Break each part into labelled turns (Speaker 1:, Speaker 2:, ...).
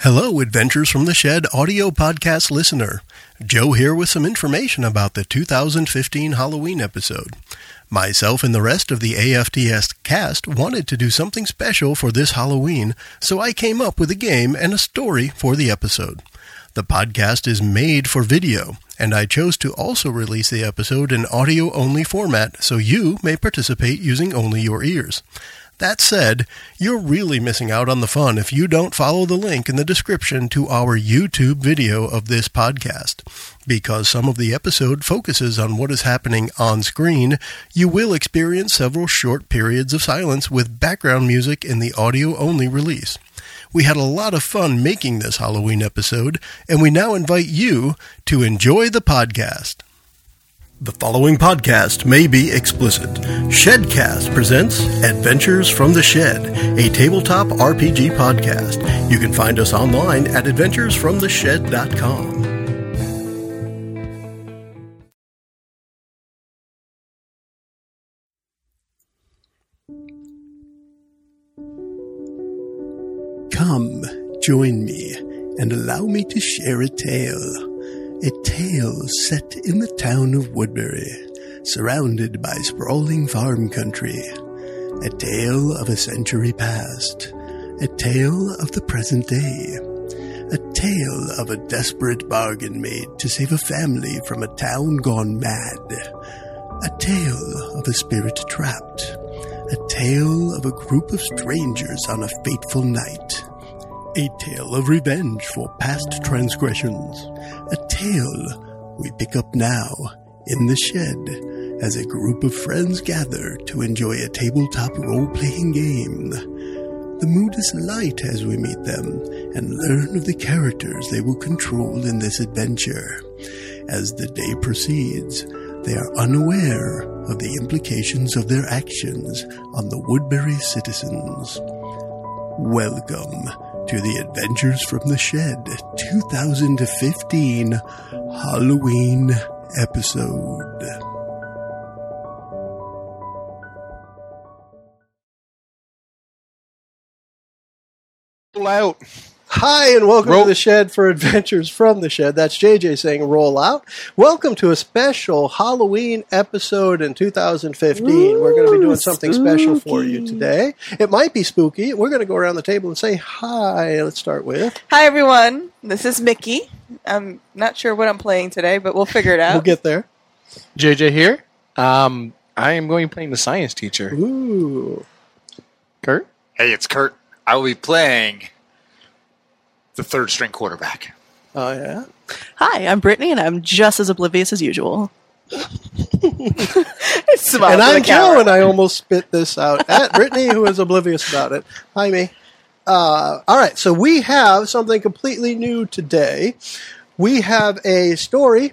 Speaker 1: Hello, Adventures from the Shed audio podcast listener. Joe here with some information about the 2015 Halloween episode. Myself and the rest of the AFTS cast wanted to do something special for this Halloween, so I came up with a game and a story for the episode. The podcast is made for video, and I chose to also release the episode in audio only format so you may participate using only your ears. That said, you're really missing out on the fun if you don't follow the link in the description to our YouTube video of this podcast. Because some of the episode focuses on what is happening on screen, you will experience several short periods of silence with background music in the audio only release. We had a lot of fun making this Halloween episode, and we now invite you to enjoy the podcast. The following podcast may be explicit. Shedcast presents Adventures from the Shed, a tabletop RPG podcast. You can find us online at adventuresfromtheshed.com. Come, join me, and allow me to share a tale a tale set in the town of Woodbury, surrounded by sprawling farm country. A tale of a century past. A tale of the present day. A tale of a desperate bargain made to save a family from a town gone mad. A tale of a spirit trapped. A tale of a group of strangers on a fateful night. A tale of revenge for past transgressions. A tale we pick up now in the shed as a group of friends gather to enjoy a tabletop role playing game. The mood is light as we meet them and learn of the characters they will control in this adventure. As the day proceeds, they are unaware of the implications of their actions on the Woodbury citizens. Welcome to the Adventures from the Shed 2015 Halloween episode.
Speaker 2: out. Hi, and welcome
Speaker 3: Roll-
Speaker 2: to the Shed for Adventures from the Shed. That's JJ saying roll out. Welcome to a special Halloween episode in 2015. We're going to be doing something special for you today. It might be spooky. We're going to go around the table and say hi. Let's start with.
Speaker 4: Hi everyone, this is Mickey. I'm not sure what I'm playing today, but we'll figure it out.
Speaker 2: We'll get there.
Speaker 3: JJ here. Um, I am going to be playing the science teacher.
Speaker 2: Ooh.
Speaker 3: Kurt?
Speaker 5: Hey, it's Kurt. I will be playing the third string quarterback.
Speaker 2: Oh, yeah.
Speaker 6: Hi, I'm Brittany, and I'm just as oblivious as usual.
Speaker 4: Smile
Speaker 2: and
Speaker 4: to the camera.
Speaker 2: I'm Joe, and I almost spit this out at Brittany, who is oblivious about it. Hi, me. Uh, all right, so we have something completely new today. We have a story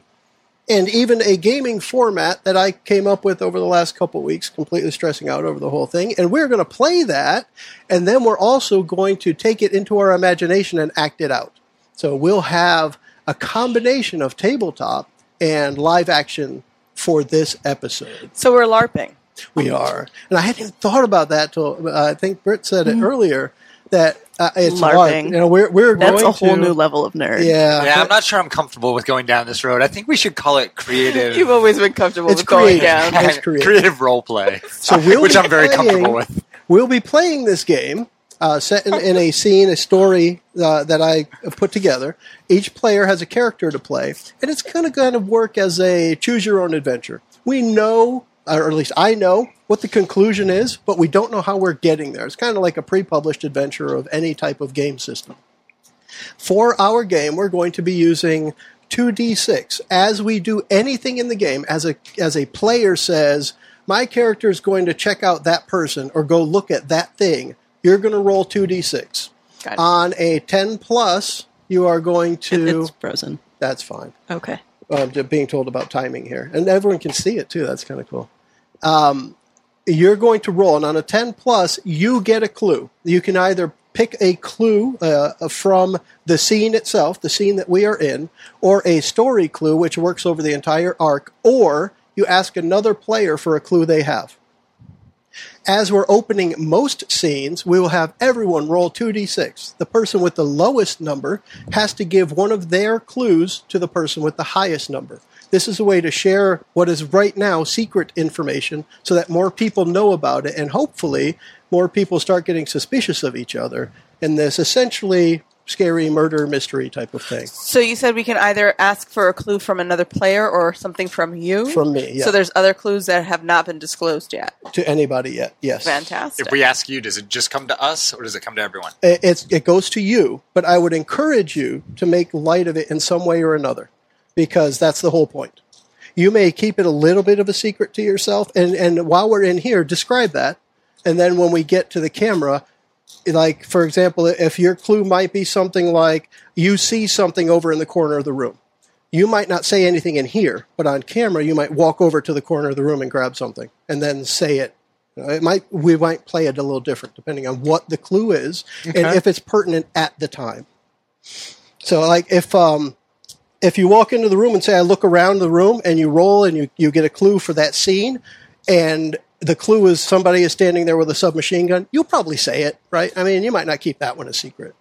Speaker 2: and even a gaming format that I came up with over the last couple weeks, completely stressing out over the whole thing. And we're going to play that, and then we're also going to take it into our imagination and act it out. So we'll have a combination of tabletop and live action for this episode.
Speaker 4: So we're LARPing.
Speaker 2: We are, and I hadn't even thought about that till uh, I think Britt said it earlier that uh, it's
Speaker 6: LARPing.
Speaker 2: LARP. You know, we're we're
Speaker 6: That's
Speaker 2: going
Speaker 6: a whole
Speaker 2: to,
Speaker 6: new level of nerd.
Speaker 2: Yeah,
Speaker 5: Yeah, I'm not sure I'm comfortable with going down this road. I think we should call it creative.
Speaker 4: You've always been comfortable
Speaker 2: It's
Speaker 4: with going down.
Speaker 2: creative. It's creative.
Speaker 5: role play,
Speaker 2: so we'll
Speaker 5: which
Speaker 2: be
Speaker 5: I'm very
Speaker 2: playing-
Speaker 5: comfortable with.
Speaker 2: We'll be playing this game uh, set in, in a scene, a story uh, that I put together. Each player has a character to play, and it's going to kind of work as a choose your own adventure. We know, or at least I know, what the conclusion is, but we don't know how we're getting there. It's kind of like a pre published adventure of any type of game system. For our game, we're going to be using 2d6. As we do anything in the game, as a as a player says, my character is going to check out that person or go look at that thing, you're going to roll 2d6.
Speaker 4: Got it.
Speaker 2: On a 10 plus, you are going
Speaker 6: It-
Speaker 2: to
Speaker 6: it's frozen.
Speaker 2: that's fine.
Speaker 6: Okay.
Speaker 2: I'm just um, being told about timing here, and everyone can see it too. That's kind of cool. Um, you're going to roll, and on a ten plus, you get a clue. You can either pick a clue uh, from the scene itself, the scene that we are in, or a story clue, which works over the entire arc, or you ask another player for a clue they have. As we're opening most scenes, we will have everyone roll 2d6. The person with the lowest number has to give one of their clues to the person with the highest number. This is a way to share what is right now secret information so that more people know about it and hopefully more people start getting suspicious of each other in this essentially scary murder mystery type of thing.
Speaker 4: So you said we can either ask for a clue from another player or something from you.
Speaker 2: From me, yeah.
Speaker 4: So there's other clues that have not been disclosed yet.
Speaker 2: To anybody yet, yes.
Speaker 4: Fantastic.
Speaker 5: If we ask you, does it just come to us or does it come to everyone?
Speaker 2: it, it's, it goes to you, but I would encourage you to make light of it in some way or another because that's the whole point. You may keep it a little bit of a secret to yourself, and, and while we're in here, describe that. And then when we get to the camera, like for example, if your clue might be something like you see something over in the corner of the room, you might not say anything in here, but on camera, you might walk over to the corner of the room and grab something and then say it you know, It might we might play it a little different depending on what the clue is and if it's pertinent at the time. So like if um if you walk into the room and say I look around the room and you roll and you, you get a clue for that scene and the clue is somebody is standing there with a submachine gun, you'll probably say it, right? I mean you might not keep that one a secret.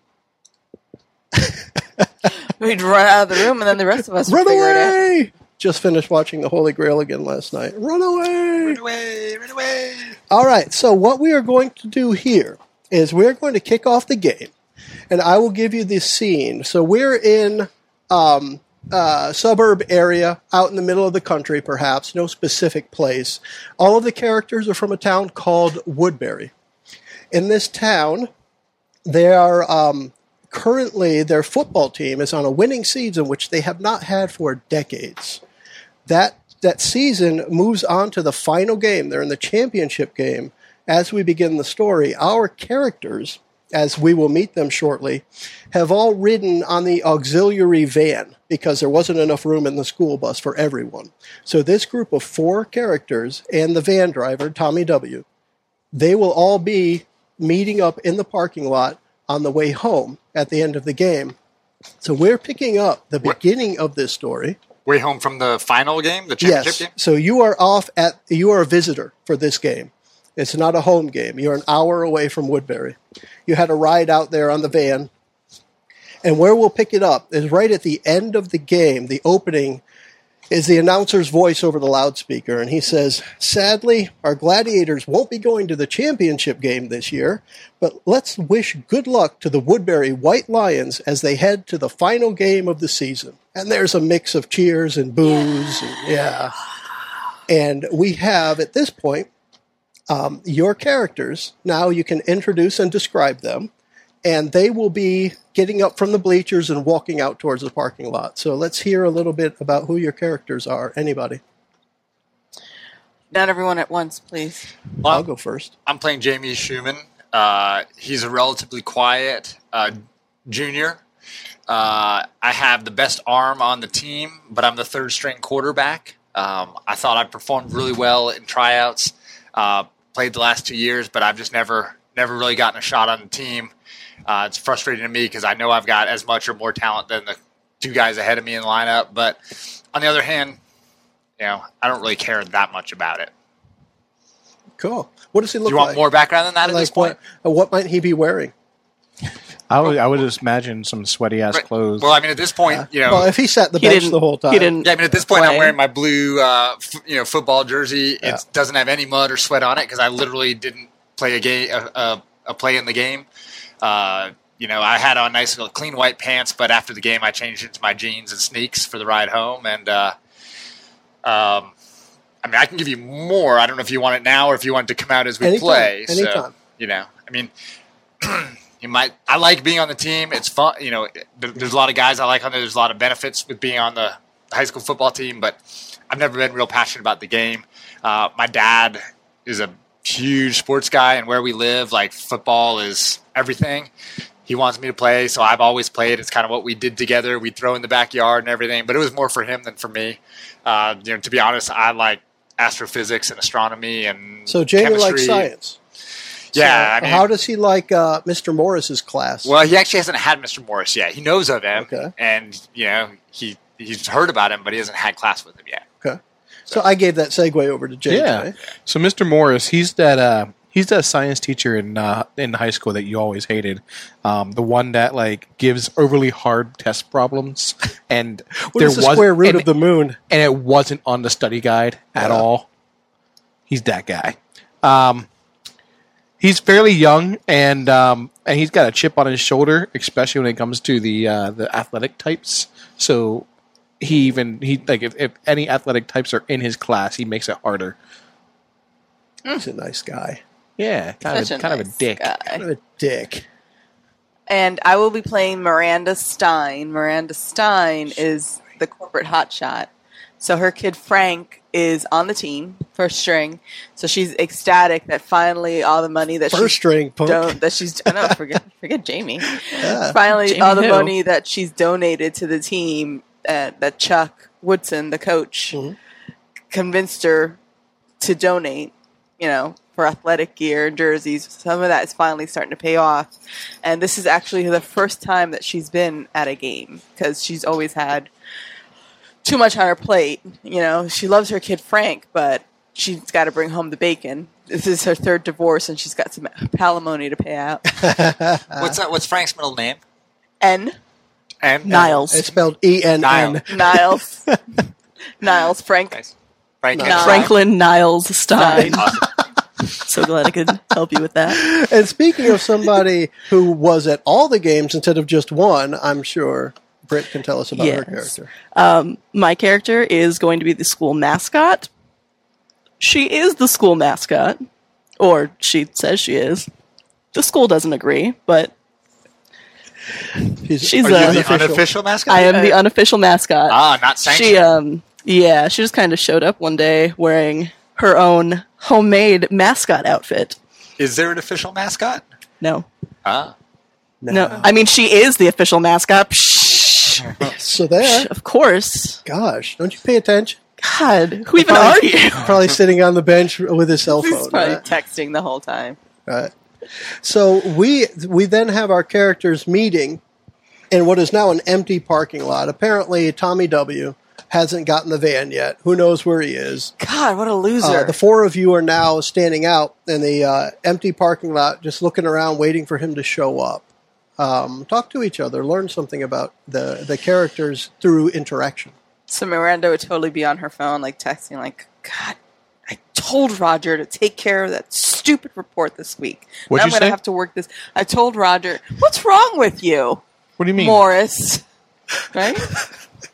Speaker 4: We'd run out of the room, and then the rest of us would
Speaker 2: Run
Speaker 4: figure it out.
Speaker 2: away. Just finished watching the Holy Grail again last night. Run away.
Speaker 5: Run away, run away.
Speaker 2: All right. So what we are going to do here is we're going to kick off the game, and I will give you this scene. So we're in um, uh, suburb area, out in the middle of the country, perhaps no specific place. All of the characters are from a town called Woodbury. In this town, they are um, currently their football team is on a winning season, which they have not had for decades that that season moves on to the final game. They're in the championship game. As we begin the story, our characters, as we will meet them shortly, have all ridden on the auxiliary van because there wasn't enough room in the school bus for everyone. So this group of four characters and the van driver, Tommy W, they will all be meeting up in the parking lot on the way home at the end of the game. So we're picking up the beginning of this story.
Speaker 5: Way home from the final game, the championship game?
Speaker 2: So you are off at you are a visitor for this game. It's not a home game. You're an hour away from Woodbury. You had a ride out there on the van. And where we'll pick it up is right at the end of the game, the opening is the announcer's voice over the loudspeaker, and he says, Sadly, our gladiators won't be going to the championship game this year, but let's wish good luck to the Woodbury White Lions as they head to the final game of the season. And there's a mix of cheers and boos. and- yeah. And we have, at this point, um, your characters. Now you can introduce and describe them, and they will be getting up from the bleachers and walking out towards the parking lot. So let's hear a little bit about who your characters are. Anybody?
Speaker 4: Not everyone at once, please.
Speaker 2: I'll go first.
Speaker 5: I'm playing Jamie Schumann. Uh, he's a relatively quiet uh, junior. Uh, I have the best arm on the team, but I'm the third string quarterback. Um, I thought I performed really well in tryouts. Uh, played the last two years, but I've just never never really gotten a shot on the team. Uh, it's frustrating to me because I know I've got as much or more talent than the two guys ahead of me in the lineup. But on the other hand, you know, I don't really care that much about it.
Speaker 2: Cool. What does he
Speaker 5: Do
Speaker 2: look
Speaker 5: you want
Speaker 2: like?
Speaker 5: more background than that at
Speaker 2: like
Speaker 5: this point?
Speaker 2: What, uh, what might he be wearing?
Speaker 3: I would, I would just imagine some sweaty ass
Speaker 5: Right.
Speaker 3: clothes.
Speaker 5: Well, I mean, at this point, you know,
Speaker 2: well, if he sat the
Speaker 6: He
Speaker 2: bench
Speaker 6: didn't
Speaker 2: the whole time,
Speaker 6: He didn't.
Speaker 5: yeah, I mean, at this point, I'm
Speaker 6: play.
Speaker 5: wearing my blue, uh, f- you know, football jersey. It doesn't have any mud or sweat on it because I literally didn't play a game, a, a, a play in the game. Uh, you know, I had on nice little clean white pants, but after the game, I changed into my jeans and sneaks for the ride home. And, uh, um, I mean, I can give you more. I don't know if you want it now or if you want it to come out as we
Speaker 2: Anytime,
Speaker 5: play.
Speaker 2: anytime.
Speaker 5: So, you know, I mean, you might. I like being on the team. It's fun. You know, there, there's a lot of guys I like on there. There's a lot of benefits with being on the high school football team, but I've never been real passionate about the game. Uh, my dad is a huge sports guy, and where we live, like football is everything. He wants me to play, so I've always played. It's kind of what we did together. We'd throw in the backyard and everything, but it was more for him than for me. Uh, you know, to be honest, I like astrophysics and astronomy and
Speaker 2: so Jamie likes
Speaker 5: chemistry.
Speaker 2: science.
Speaker 5: Yeah, I
Speaker 2: So
Speaker 5: mean,
Speaker 2: how does he like uh, Mr. Morris's class?
Speaker 5: well, he actually hasn't had Mr. Morris yet. He knows of him,
Speaker 2: Okay.
Speaker 5: and you know he he's heard about him, but he hasn't had class with him yet.
Speaker 2: okay. So I gave that segue over to JJ.
Speaker 3: Yeah. So Mr. Morris, he's that uh, he's that science teacher in uh, in high school that you always hated, um, the one that like gives overly hard test problems, and
Speaker 2: What is the square root
Speaker 3: and,
Speaker 2: of the moon?
Speaker 3: and it wasn't on the study guide at
Speaker 2: Yeah.
Speaker 3: all. He's that guy. Um, he's fairly young, and um, and he's got a chip on his shoulder, especially when it comes to the uh, the athletic types. So he even he like if, if any athletic types are in his class, he makes it harder.
Speaker 2: He's a nice guy.
Speaker 3: Yeah, kind
Speaker 4: Such
Speaker 3: of a, kind of
Speaker 4: nice
Speaker 3: a dick.
Speaker 4: guy.
Speaker 2: What a dick.
Speaker 4: And I will be playing Miranda Stein. Miranda Stein is the corporate hotshot. So her kid Frank is on the team, first string. So she's ecstatic that finally all the money that
Speaker 2: First
Speaker 4: she's
Speaker 2: string punk.
Speaker 4: don- that she's I know forget forget Jamie.
Speaker 2: Yeah.
Speaker 4: Finally,
Speaker 6: Jamie
Speaker 4: all the
Speaker 6: who?
Speaker 4: money that she's donated to the team uh, that Chuck Woodson, the coach,
Speaker 2: Mhm.
Speaker 4: convinced her to donate. You know, for athletic gear, jerseys, some of that is finally starting to pay off. And this is actually the first time that she's been at a game because she's always had too much on her plate. You know, she loves her kid Frank, but she's got to bring home the bacon. This is her third divorce, and she's got some palimony to pay out.
Speaker 5: what's that? What's Frank's middle name?
Speaker 4: And
Speaker 5: And uh,
Speaker 6: Niles.
Speaker 2: It's spelled E N N.
Speaker 5: Niles.
Speaker 4: Niles. Niles Frank. Uh,
Speaker 5: Nice. Frank. and
Speaker 4: Niles.
Speaker 5: Frank.
Speaker 6: Franklin Niles Stein.
Speaker 5: Awesome.
Speaker 6: so glad I could help you with that.
Speaker 2: And speaking of somebody who was at all the games instead of just one, I'm sure Britt can tell us about her
Speaker 6: Yes.
Speaker 2: character.
Speaker 6: My character is going to be the school mascot. She is the school mascot, or she says she is. The school doesn't agree, but
Speaker 2: She's,
Speaker 6: She's
Speaker 5: Are
Speaker 6: a-
Speaker 5: you the
Speaker 2: Unofficial.
Speaker 5: unofficial mascot?
Speaker 6: I am the unofficial mascot.
Speaker 5: ah, not sanctioned.
Speaker 6: she um yeah, she just kind of showed up one day wearing her own homemade mascot outfit.
Speaker 5: Is there an official mascot?
Speaker 6: No.
Speaker 5: Ah,
Speaker 6: No. I mean she is the official mascot. Psh,
Speaker 2: so there.
Speaker 6: psh, of course.
Speaker 2: Gosh, don't you pay attention?
Speaker 6: God, who even are you?
Speaker 2: Probably sitting on the bench with his cell phone.
Speaker 4: He's probably
Speaker 2: right?
Speaker 4: texting the whole time.
Speaker 2: Right. So we we then have our characters meeting in what is now an empty parking lot. Apparently, Tommy W hasn't gotten the van yet. Who knows where he is?
Speaker 4: God, what a loser.
Speaker 3: Oh,
Speaker 2: Uh, the four of you are now standing out in the uh, empty parking lot, just looking around, waiting for him to show up. Um, talk to each other, learn something about the the characters through interaction.
Speaker 4: so Miranda would totally be on her phone, like texting, like, God, I told Roger to take care of that stupid report this week.
Speaker 3: What'd
Speaker 4: Now
Speaker 3: you
Speaker 4: I'm gonna
Speaker 3: say?
Speaker 4: have to work this. I told Roger, what's wrong with you,
Speaker 3: What do you mean?
Speaker 4: Morris? Right?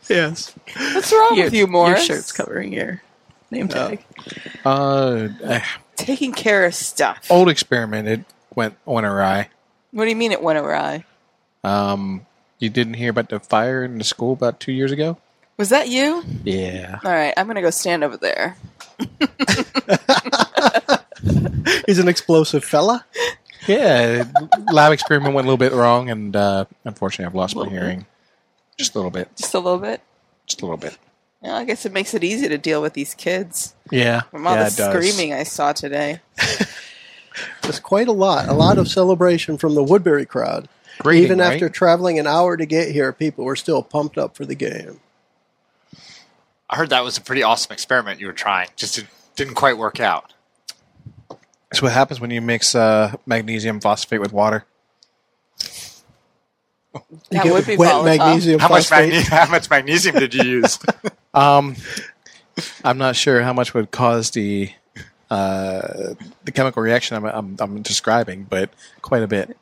Speaker 2: Yes.
Speaker 4: What's wrong
Speaker 6: Your-
Speaker 4: with you,
Speaker 6: Your
Speaker 4: Morris?
Speaker 6: shirt's covering your name tag.
Speaker 3: Uh, eh,
Speaker 4: Taking care of stuff.
Speaker 3: old experiment. It went went awry.
Speaker 4: What do you mean it went awry?
Speaker 3: Um, you didn't hear about the fire in the school about two years ago?
Speaker 4: Was that you?
Speaker 3: Yeah.
Speaker 4: All right, I'm gonna go stand over there.
Speaker 2: He's an explosive fella.
Speaker 3: Yeah. lab experiment went a little bit wrong, and uh, unfortunately, I've lost my hearing. Just a little bit.
Speaker 4: Just a little bit.
Speaker 3: Just a little bit.
Speaker 4: Yeah, I guess it makes it easy to deal with these kids
Speaker 3: Yeah.
Speaker 4: from all
Speaker 3: yeah,
Speaker 4: the
Speaker 3: it does.
Speaker 4: screaming I saw today.
Speaker 2: It's quite a lot. A lot of celebration from the Woodbury crowd.
Speaker 3: Great,
Speaker 2: Even
Speaker 3: right?
Speaker 2: after traveling an hour to get here, people were still pumped up for the game.
Speaker 5: I heard that was a pretty awesome experiment you were trying. Just didn't, didn't quite work out.
Speaker 3: That's what happens when you mix uh, magnesium phosphate with water.
Speaker 4: That
Speaker 2: Get
Speaker 4: would be
Speaker 2: wet
Speaker 4: volatile.
Speaker 2: magnesium
Speaker 5: How much,
Speaker 2: phosphate.
Speaker 5: magne- how much magnesium did you use?
Speaker 3: Um, I'm not sure how much would cause the uh, the chemical reaction I'm, I'm, I'm describing, but quite a bit.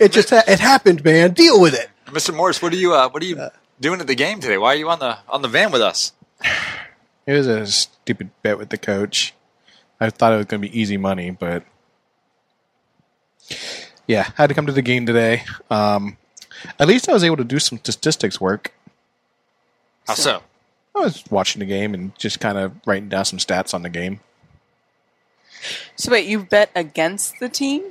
Speaker 2: it just ha- it happened, man. Deal with it.
Speaker 5: Mr. Morris, what are you uh, what are you doing at the game today? Why are you on the on the van with us?
Speaker 3: It was a stupid bet with the coach. I thought it was going to be easy money, but yeah, had to come to the game today. Um, at least I was able to do some statistics work.
Speaker 5: How so?
Speaker 3: I was watching the game and just kind of writing down some stats on the game.
Speaker 4: So wait, you bet against the team?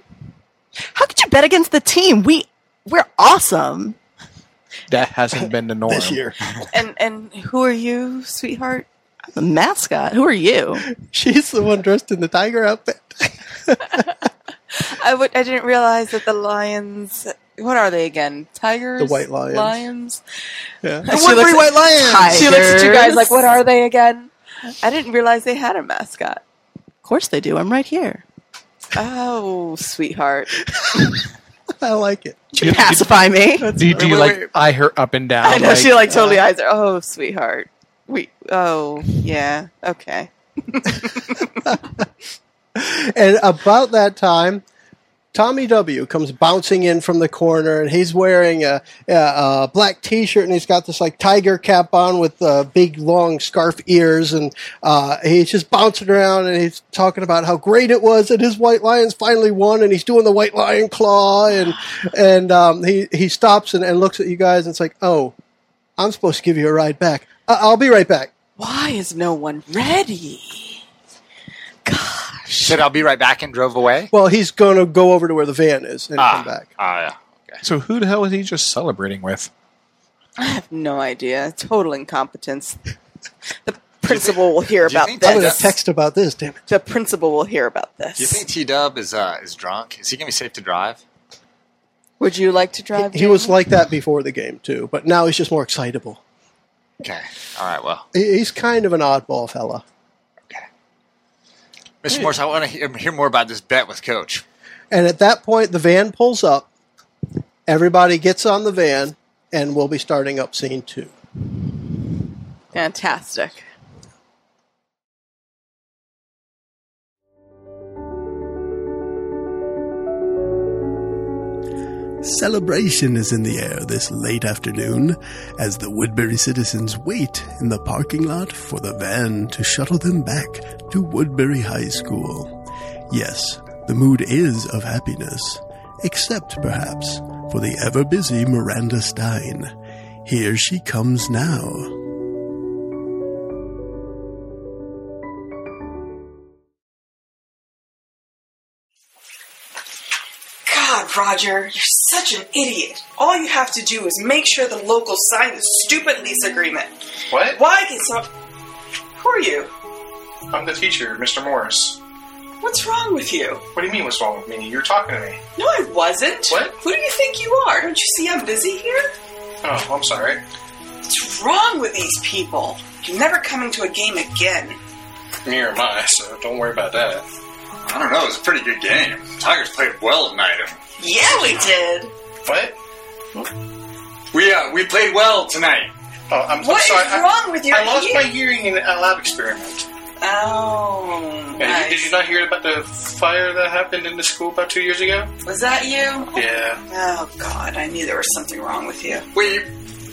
Speaker 6: How could you bet against the team? We we're awesome.
Speaker 3: That hasn't been the norm
Speaker 2: This year,
Speaker 4: And and who are you, sweetheart?
Speaker 6: The mascot. Who are you?
Speaker 2: she's the one dressed in the tiger outfit.
Speaker 4: I would I didn't realize that the Lions what are they again? Tigers?
Speaker 2: The white lions.
Speaker 4: Lions?
Speaker 2: Yeah.
Speaker 4: And she looks at-
Speaker 2: lions.
Speaker 4: She looks at you guys like, what are they again? I didn't realize they had a mascot.
Speaker 6: Of course they do. I'm right here.
Speaker 4: Oh, sweetheart.
Speaker 2: I like it.
Speaker 3: Do you, do
Speaker 6: Pacify me.
Speaker 3: you- do you, do you
Speaker 4: Wait,
Speaker 3: like
Speaker 4: wait.
Speaker 3: eye her up and down?
Speaker 4: I know
Speaker 3: like,
Speaker 4: she like totally eyes her. Oh, sweetheart. We. Oh, yeah. Okay.
Speaker 2: And about that time, Tommy W comes bouncing in from the corner, and he's wearing a, a, a black T-shirt, and he's got this like tiger cap on with uh, big long scarf ears, and uh, he's just bouncing around, and he's talking about how great it was that his white lions finally won, and he's doing the white lion claw, and and um, he he stops and, and looks at you guys, and it's like, oh, I'm supposed to give you a ride back. I- I'll be right back.
Speaker 4: Why is no one ready?
Speaker 5: Said I'll be right back and drove away.
Speaker 2: Well, he's going to go over to where the van is and come back.
Speaker 5: Ah, yeah.
Speaker 3: So who the hell is he just celebrating with?
Speaker 4: I have no idea. Total incompetence. The principal will hear
Speaker 5: do you
Speaker 4: about
Speaker 5: think
Speaker 2: I'm going to
Speaker 5: that's-
Speaker 4: this.
Speaker 2: text about this. Damn it.
Speaker 4: The principal will hear about
Speaker 5: Do you
Speaker 4: this.
Speaker 5: think T Dub is uh, is drunk? Is he gonna be safe to drive?
Speaker 4: Would you like to drive?
Speaker 2: He, he was
Speaker 4: Jamie?
Speaker 2: like that before the game too, but now he's just more excitable.
Speaker 5: Okay. All right. Well,
Speaker 2: He- He's kind of an oddball fella.
Speaker 5: Mr. Morse, I want to hear, hear more about this bet with Coach.
Speaker 2: And at that point, the van pulls up. Everybody gets on the van, and we'll be starting up scene two.
Speaker 4: fantastic.
Speaker 1: Celebration is in the air this late afternoon as the Woodbury citizens wait in the parking lot for the van to shuttle them back to Woodbury High School. Yes, the mood is of happiness, except perhaps for the ever busy Miranda Stein. Here she comes now.
Speaker 7: God, Roger, you're such an idiot. All you have to do is make sure the locals sign the stupid lease agreement.
Speaker 8: What?
Speaker 7: Why can some. Who are you?
Speaker 8: I'm the teacher, Mr. Morris.
Speaker 7: What's wrong with you?
Speaker 8: What do you mean, what's wrong with me? You're talking to me.
Speaker 7: No, I wasn't.
Speaker 8: What?
Speaker 7: Who do you think you are? Don't you see I'm busy here?
Speaker 8: Oh, I'm sorry.
Speaker 7: What's wrong with these people? You're never coming to a game again.
Speaker 8: Neither am I, so don't worry about that.
Speaker 5: I don't know. It was a pretty good game. Tigers played well tonight.
Speaker 7: Yeah, we did.
Speaker 8: What?
Speaker 5: We uh, we played well tonight.
Speaker 8: Oh, I'm,
Speaker 7: What
Speaker 8: I'm
Speaker 7: is
Speaker 8: sorry. I-
Speaker 7: wrong with your
Speaker 8: I lost
Speaker 7: ear?
Speaker 8: my hearing in a lab experiment.
Speaker 7: Oh.
Speaker 8: Yeah,
Speaker 7: nice.
Speaker 8: did, you, did you not hear about the fire that happened in the school about two years ago?
Speaker 7: Was that you?
Speaker 8: Yeah.
Speaker 7: Oh, God, I knew there was something wrong with you.
Speaker 5: Wait,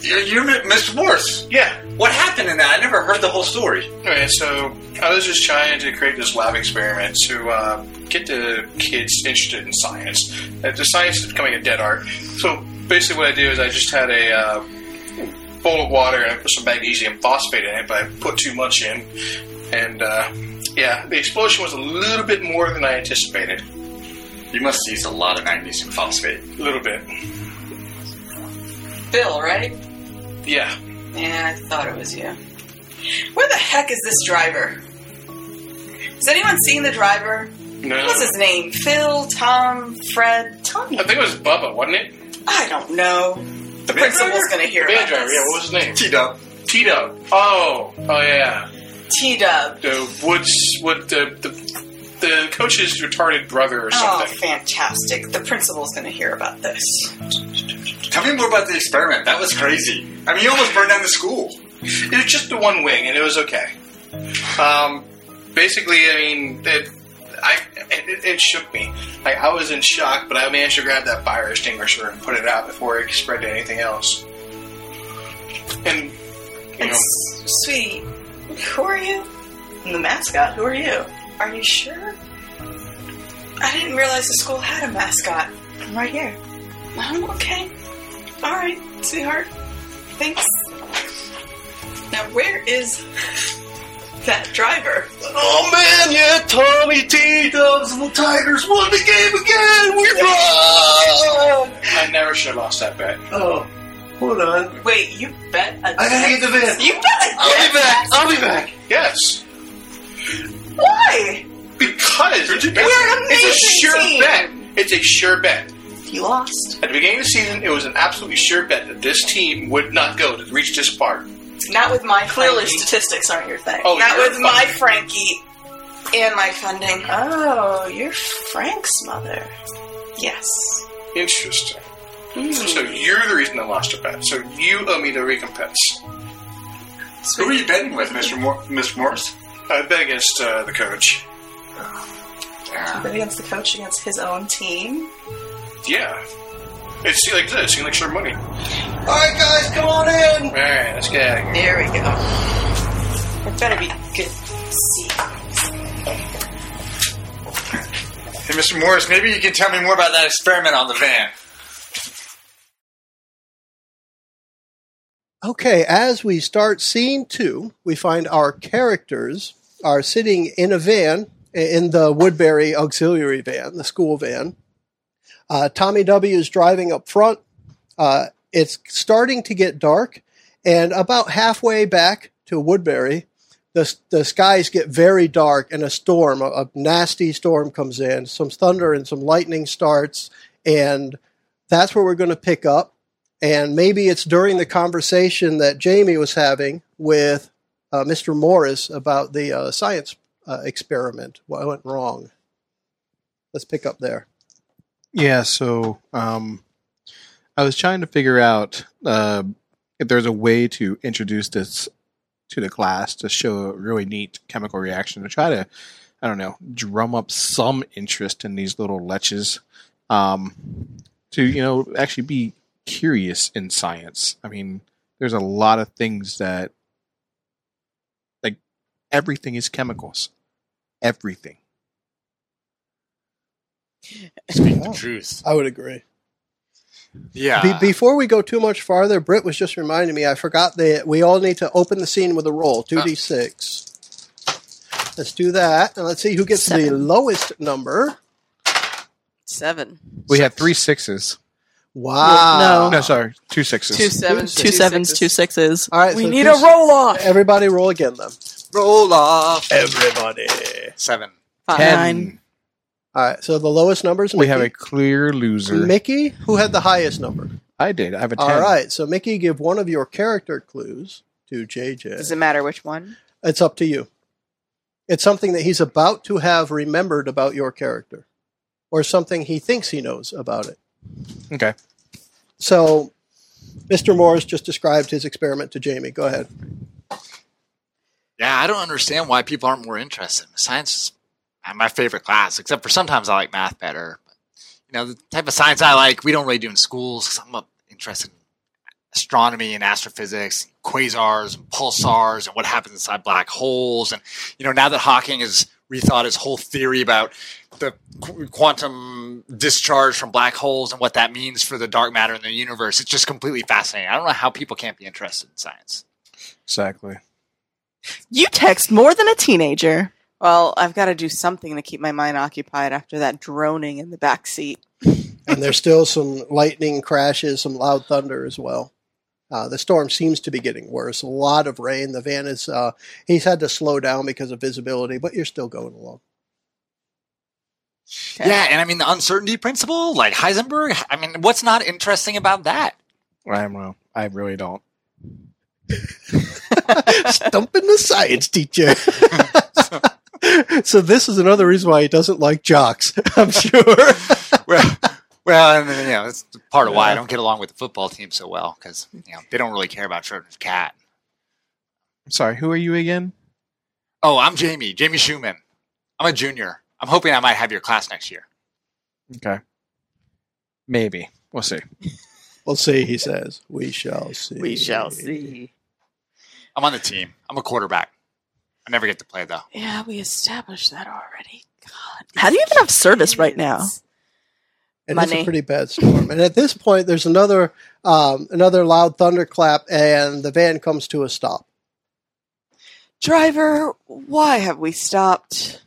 Speaker 5: you, you, you Mr. Morse?
Speaker 8: Yeah.
Speaker 5: What happened in that? I never heard the whole story.
Speaker 8: Okay, so I was just trying to create this lab experiment to uh, get the kids interested in science. Uh, the science is becoming a dead art. So basically, what I do is I just had a uh, bowl of water and I put some magnesium phosphate in it, but I put too much in. And uh, yeah, the explosion was a little bit more than I anticipated.
Speaker 5: You must use a lot of magnesium phosphate.
Speaker 8: A little bit.
Speaker 7: Bill, right?
Speaker 8: Yeah.
Speaker 7: Yeah, I thought it was you. Where the heck is this driver? Has anyone seen the driver?
Speaker 8: No.
Speaker 7: What was his name? Phil, Tom, Fred, Tommy?
Speaker 8: I think it was Bubba, wasn't it?
Speaker 7: I don't know. The
Speaker 8: van
Speaker 7: principal's
Speaker 8: driver?
Speaker 7: going to hear
Speaker 8: The van
Speaker 7: about
Speaker 8: driver,
Speaker 7: this.
Speaker 8: yeah, what was his name?
Speaker 5: T-Dub.
Speaker 8: Tito. Oh, oh yeah.
Speaker 7: T-Dub.
Speaker 8: the Woods, what the, the the coach's retarded brother or
Speaker 7: Oh,
Speaker 8: something.
Speaker 7: fantastic. The principal's going to hear about this.
Speaker 5: Tell me more about the experiment. That was crazy. I mean, you almost burned down the school.
Speaker 8: It was just the one wing, and it was okay. Um, basically, I mean, it, I it, it shook me. Like I was in shock, but I managed to grab that fire extinguisher and put it out before it spread to anything else. And you
Speaker 7: And
Speaker 8: know,
Speaker 7: s- sweetie, who are you? And the mascot, who are you? Are you sure? I didn't realize the school had a mascot. I'm right here. Oh, okay. All right, sweetheart. Thanks. Now, where is that driver?
Speaker 8: oh man, yeah, Tommy T Dubs and the Tigers won the game again. We won. I never should have lost that bet.
Speaker 9: Oh, hold on.
Speaker 7: Wait, you bet a
Speaker 9: I gotta get the van.
Speaker 7: You bet a
Speaker 9: I'll be back. I'll be back.
Speaker 8: Yes.
Speaker 7: Why?
Speaker 8: Because it's,
Speaker 7: We're an
Speaker 8: it's a
Speaker 7: amazing
Speaker 8: sure
Speaker 7: team.
Speaker 8: bet. It's a sure bet.
Speaker 7: You lost.
Speaker 8: At the beginning of the season, it was an absolutely sure bet that this team would not go to reach this part.
Speaker 7: Not with my clearly
Speaker 9: Frankie.
Speaker 7: statistics aren't your thing.
Speaker 8: Oh,
Speaker 9: Not
Speaker 8: you're
Speaker 9: with my
Speaker 8: fucking-
Speaker 9: Frankie and my funding.
Speaker 7: Oh, you're Frank's mother. Yes.
Speaker 8: Interesting. Hmm. So you're the reason I lost a bet. So you owe me the recompense.
Speaker 9: Who are you betting with, Mr. Mor- Miss Morris?
Speaker 8: I bet against uh, the coach.
Speaker 7: But against the coach, against his own team.
Speaker 8: Yeah. It seemed like this. It seemed like sure money. All
Speaker 9: All right, guys, come on in.
Speaker 8: right, let's get out of here.
Speaker 7: There we go. It better be good seeds.
Speaker 5: Hey, Mr. Morris, maybe you can tell me more about that experiment on the van.
Speaker 2: Okay, as we start scene two, we find our characters are sitting in a van, in the Woodbury auxiliary van, the school van. Uh, Tommy W. is driving up front. Uh, it's starting to get dark, and about halfway back to Woodbury, the, the skies get very dark, and a storm, a, a nasty storm, comes in. Some thunder and some lightning starts, and that's where we're going to pick up and maybe it's during the conversation that Jamie was having with uh, Mr. Morris about the uh, science uh, experiment. What went wrong? Let's pick up there.
Speaker 3: Yeah, so um, I was trying to figure out uh, if there's a way to introduce this to the class to show a really neat chemical reaction to try to, I don't know, drum up some interest in these little leches um, to, you know, actually be curious in science. I mean, there's a lot of things that, like, everything is chemicals. Everything.
Speaker 5: Speak the truth.
Speaker 2: I would agree.
Speaker 5: Yeah.
Speaker 2: Be- before we go too much farther, Britt was just reminding me I forgot that we all need to open the scene with a roll 2d6. Let's do that, and let's see who gets the
Speaker 6: Seven.
Speaker 2: lowest number.
Speaker 4: Seven.
Speaker 3: We had three sixes.
Speaker 2: Wow.
Speaker 3: No, sorry, two sixes.
Speaker 4: Two sevens.
Speaker 6: Two sevens, two sixes.
Speaker 2: All right,
Speaker 4: We
Speaker 2: so
Speaker 4: need
Speaker 2: two-
Speaker 4: a roll off.
Speaker 2: Everybody roll again, then.
Speaker 5: roll off.
Speaker 2: Everybody.
Speaker 5: Seven.
Speaker 6: Ten.
Speaker 2: All right, so the lowest numbers.
Speaker 3: We have a
Speaker 2: Nikki.
Speaker 3: clear loser.
Speaker 2: Mickey, who had the highest number.
Speaker 3: I did. I have a ten.
Speaker 2: All right, so Mickey, give one of your character clues to JJ.
Speaker 4: Does it matter which one?
Speaker 2: it's up to you. It's something that he's about to have remembered about your character, or something he thinks he knows about it.
Speaker 3: Okay.
Speaker 2: So, Mr. Morris just described his experiment to Jamie. Go ahead.
Speaker 5: Yeah, I don't understand why people aren't more interested. Science is my favorite class, except for sometimes I like math better. But, you know, the type of science I like, we don't really do in schools 'cause I'm uh, interested in astronomy and astrophysics, quasars and pulsars, and what happens inside black holes. And, you know, now that Hawking has rethought his whole theory about the qu- quantum discharge from black holes and what that means for the dark matter in the universe, it's just completely fascinating. I don't know how people can't be interested in science.
Speaker 3: Exactly.
Speaker 6: You text more than a teenager.
Speaker 4: Well, I've got to do something to keep my mind occupied after that droning in the back seat.
Speaker 2: And there's still some lightning crashes, some loud thunder as well. Uh, the storm seems to be getting worse. A lot of rain. The van is, uh, he's had to slow down because of visibility, but you're still going along.
Speaker 5: Yeah, and I mean the uncertainty principle, like Heisenberg. I mean, what's not interesting about that?
Speaker 3: I don't know. I really don't.
Speaker 2: Dumping the science teacher. so this is another reason why he doesn't like jocks. I'm sure.
Speaker 5: Well, well, and then, you know, that's part of why I don't get along with the football team so well because you know they don't really care about Schrodinger's cat.
Speaker 3: I'm sorry. Who are you again?
Speaker 5: Oh, I'm Jamie, Jamie Schumann. I'm a junior. I'm hoping I might have your class next year.
Speaker 3: Okay. Maybe we'll see.
Speaker 2: we'll see. He says, "We shall see."
Speaker 4: see.
Speaker 5: I'm on the team. I'm a quarterback. I never get to play though.
Speaker 4: Yeah, we established that already. God.
Speaker 6: How do you even have service right now?
Speaker 4: kids.
Speaker 2: It is a
Speaker 4: Money.
Speaker 2: pretty bad storm, and at this point, there's another um, another loud thunderclap, and the van comes to a stop.
Speaker 4: Driver, why have we stopped?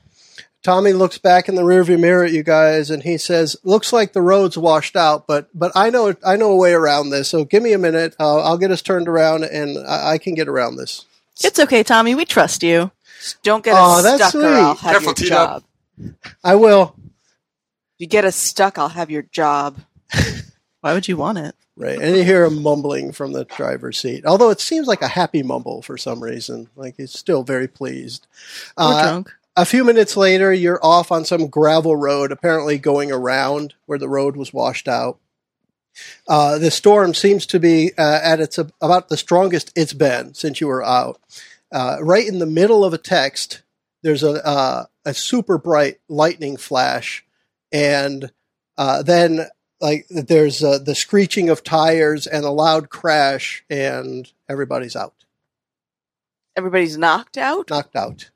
Speaker 2: Tommy looks back in the rearview mirror at you guys, and he says, "Looks like the road's washed out, but but I know I know a way around this. So give me a minute. Uh, I'll get us turned around, and I, I can get around this."
Speaker 6: It's okay, Tommy. We trust you.
Speaker 4: Just Don't get
Speaker 2: Aw,
Speaker 4: us
Speaker 2: that's
Speaker 4: stuck or I'll
Speaker 2: sweet.
Speaker 4: have
Speaker 5: Careful,
Speaker 4: your
Speaker 5: Tito.
Speaker 4: job.
Speaker 2: I will.
Speaker 4: If you get us stuck, I'll have your job.
Speaker 6: Why would you want it?
Speaker 2: Right. And you hear him mumbling from the driver's seat, although it seems like a happy mumble for some reason. Like he's still very pleased.
Speaker 6: We're
Speaker 2: Uh,
Speaker 6: drunk.
Speaker 2: a few minutes later, you're off on some gravel road, apparently going around where the road was washed out. Uh, the storm seems to be uh, at its about the strongest it's been since you were out. Uh, right in the middle of a text, there's a uh, a super bright lightning flash, and uh, then like there's uh, the screeching of tires and a loud crash, and everybody's out,
Speaker 10: Everybody's knocked out.
Speaker 2: knocked out,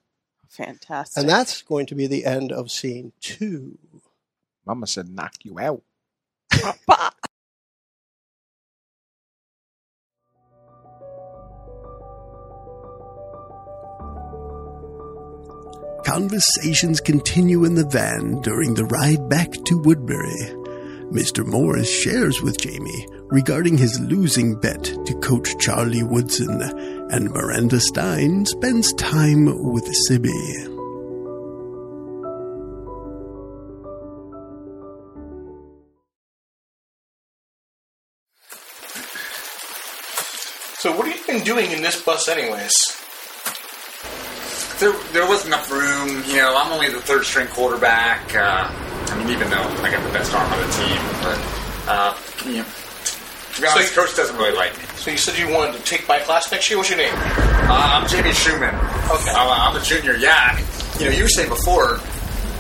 Speaker 10: Fantastic.
Speaker 2: and that's going to be the end of scene two.
Speaker 3: Mama said, knock you out.
Speaker 1: Conversations continue in the van during the ride back to Woodbury. Mr. Morris shares with Jamie regarding his losing bet to coach Charlie Woodson, and Miranda Stein spends time with Sibby.
Speaker 8: So what have you been doing in this bus, anyways?
Speaker 9: there, there wasn't enough room. You know, I'm only the third string quarterback. Uh, I mean, even though I got the best arm on the team, but uh, you know, to be honest,
Speaker 8: So-
Speaker 9: coach doesn't really like me.
Speaker 8: So you said you wanted to take my class next year. What's your name?
Speaker 9: Uh, I'm Jamie Schumann.
Speaker 8: Okay.
Speaker 9: I'm, I'm a junior. Yeah, I mean, you know, you were saying before,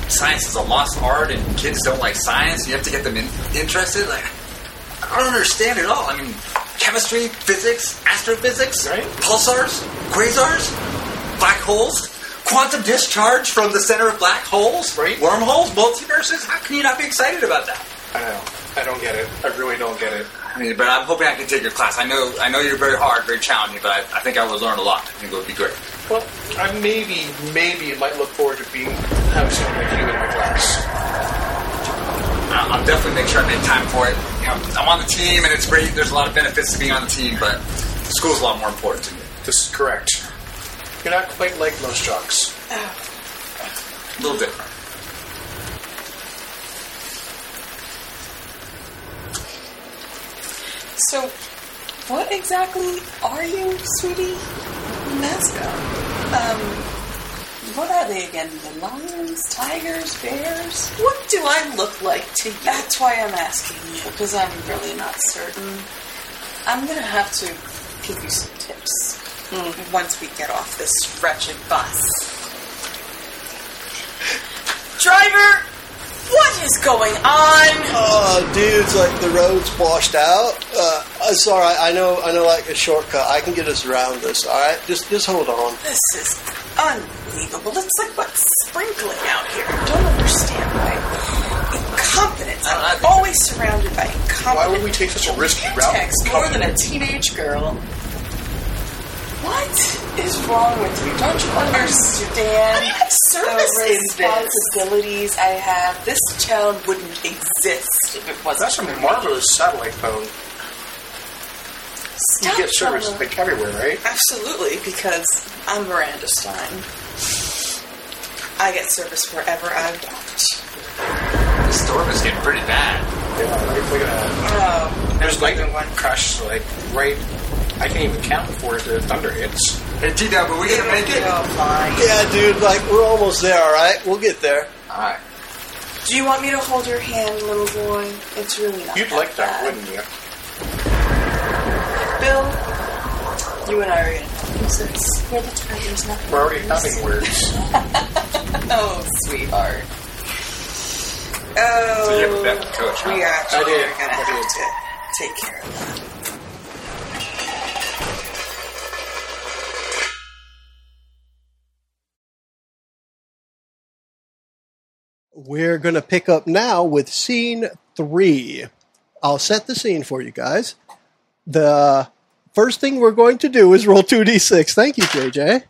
Speaker 9: science is a lost art, and kids don't like science. You have to get them in, interested. Like, I don't understand it all. I mean, chemistry, physics, astrophysics,
Speaker 8: Right.
Speaker 9: pulsars, quasars, black holes, quantum discharge from the center of black holes,
Speaker 8: Right.
Speaker 9: wormholes, multiverses. How can you not be excited about that?
Speaker 8: I know. I don't get it. I really don't get it.
Speaker 9: I mean, but I'm hoping I can take your class. I know, I know you're very hard, very challenging, but I, I think I would learn a lot. I think it would be great.
Speaker 8: Well, I maybe, maybe might look forward to being having something like you in my class.
Speaker 9: I'll I'll definitely make sure I make time for it. You know, I'm on the team, and it's great. There's a lot of benefits to being on the team, but school's a lot more important to me.
Speaker 8: This is correct. You're not quite like most jocks.
Speaker 9: A little different.
Speaker 4: So, what exactly are you, sweetie? Mascot. Um, what are they again? The lions, tigers, bears? What do I look like to you? That's why I'm asking you, because I'm really not certain. I'm gonna have to give you some tips once we get off this wretched bus. Driver, what is going on?
Speaker 2: Oh, dudes, like the road's washed out. Uh, it's all right. I know. I know. Like a shortcut, I can get us around this. All right, just just hold on.
Speaker 4: This is unbelievable. It's like what's sprinkling out here. I don't understand why incompetence. I'm always surrounded by incompetence.
Speaker 8: Why would we take such a risky route?
Speaker 4: more than a teenage girl. What is wrong with you? Don't you understand? I have service responsibilities. I have. This town wouldn't exist if it wasn't.
Speaker 8: That's a
Speaker 4: for me.
Speaker 8: marvelous satellite phone.
Speaker 4: Stop
Speaker 8: you get service
Speaker 4: trying to-
Speaker 8: like everywhere, right?
Speaker 4: Absolutely, because I'm Miranda Stein. I get service wherever I want.
Speaker 9: The storm is getting pretty bad.
Speaker 8: Yeah, like, look at
Speaker 4: Oh,
Speaker 8: that. There's lightning one crashes like right. I can't even count before the thunder hits.
Speaker 9: Hey, T Dub, are we gonna make it? All
Speaker 4: oh my.
Speaker 2: Yeah, dude. Like we're almost there. All right, we'll get there.
Speaker 9: right.
Speaker 4: Do you want me to hold your hand, little boy? It's really not.
Speaker 8: You'd like that,
Speaker 4: bad.
Speaker 8: wouldn't you?
Speaker 4: Bill, you and I are gonna use this. We're the tigers, not the
Speaker 8: We're already
Speaker 4: lions.
Speaker 8: having words.
Speaker 4: Oh, sweetheart. Oh.
Speaker 9: So you have a bet with Coach, huh?
Speaker 4: We actually
Speaker 8: I did.
Speaker 4: are gonna
Speaker 8: I
Speaker 4: have
Speaker 8: did.
Speaker 4: to take care of that.
Speaker 2: We're gonna pick up now with scene three. I'll set the scene for you guys. The first thing we're going to do is roll two d six. Thank you, JJ.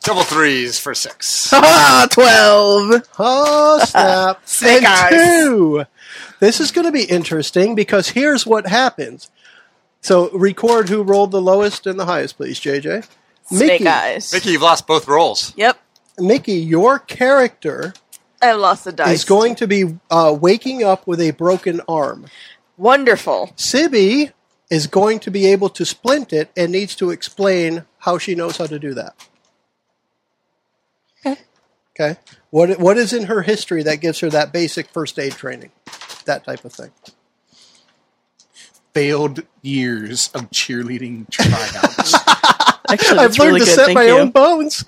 Speaker 9: Double threes for six.
Speaker 6: Ah, twelve.
Speaker 2: Oh snap!
Speaker 6: Snake
Speaker 2: And
Speaker 6: eyes.
Speaker 2: two. This is going to be interesting because here's what happens. So record who rolled the lowest and the highest, please, JJ.
Speaker 10: Snake
Speaker 2: Mickey,
Speaker 10: eyes.
Speaker 9: Mickey, you've lost both rolls.
Speaker 10: Yep.
Speaker 2: Mickey, your character
Speaker 4: I lost the dice.
Speaker 2: is going to be uh, waking up with a broken arm.
Speaker 4: wonderful.
Speaker 2: Sibby is going to be able to splint it and needs to explain how she knows how to do that. Okay. Okay. What what is in her history that gives her that basic first aid training, that type of thing?
Speaker 3: Failed years of cheerleading tryouts.
Speaker 6: Actually,
Speaker 2: I've learned
Speaker 6: that's really
Speaker 2: to
Speaker 6: good.
Speaker 2: set
Speaker 6: Thank
Speaker 2: my
Speaker 6: you.
Speaker 2: own bones.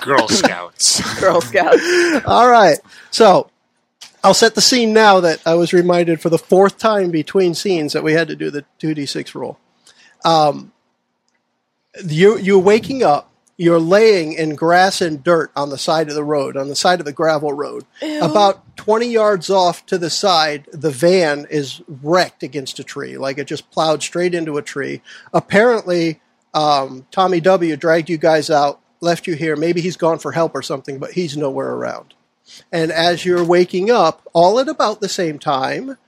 Speaker 5: Girl Scouts.
Speaker 4: Girl Scouts.
Speaker 2: All right. So I'll set the scene now that I was reminded for the fourth time between scenes that we had to do the 2d6 rule. Um, you, you're waking up. You're laying in grass and dirt on the side of the road, on the side of the gravel road. About 20 yards off to the side, the van is wrecked against a tree. Like it just plowed straight into a tree. Apparently, um, Tommy W. dragged you guys out, left you here. Maybe he's gone for help or something, but he's nowhere around. And as you're waking up, all at about the same time,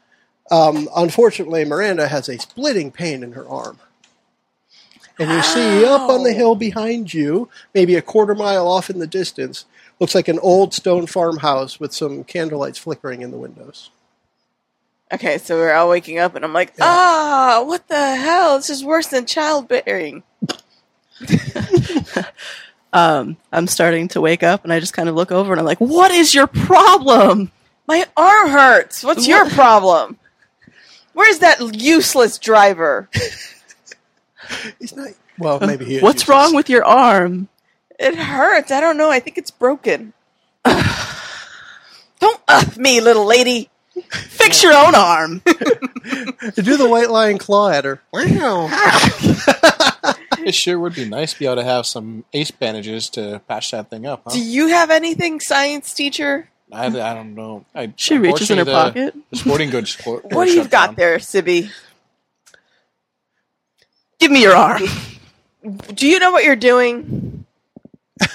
Speaker 2: um, unfortunately, Miranda has a splitting pain in her arm. And you see up on the hill behind you, maybe a quarter mile off in the distance, looks like an old stone farmhouse with some candlelights flickering in the windows.
Speaker 4: Okay, so we're all waking up, and I'm like, ah, what the hell? This is worse than childbearing.
Speaker 6: Um, I'm starting to wake up, and I just kind of look over, and I'm like, "What is your problem?"
Speaker 4: My arm hurts. What's your problem? Where's that useless driver?
Speaker 2: He's not. Well, maybe he is.
Speaker 6: What's
Speaker 2: useless.
Speaker 6: wrong with your arm?
Speaker 4: It hurts. I don't know. I think it's broken. don't uh me, little lady.
Speaker 6: Fix your own arm.
Speaker 2: Do the white lion claw at her.
Speaker 3: it sure would be nice to be able to have some ace bandages to patch that thing up.
Speaker 4: Do
Speaker 3: Huh?
Speaker 4: you have anything, science teacher?
Speaker 3: I, I don't know. I,
Speaker 6: She reaches in her
Speaker 3: unfortunately,
Speaker 6: pocket.
Speaker 3: The sporting goods. store-
Speaker 4: What do
Speaker 3: shut
Speaker 4: you got
Speaker 3: down.
Speaker 4: there, Sibby?
Speaker 6: Give me your arm.
Speaker 4: Do you know what you're doing?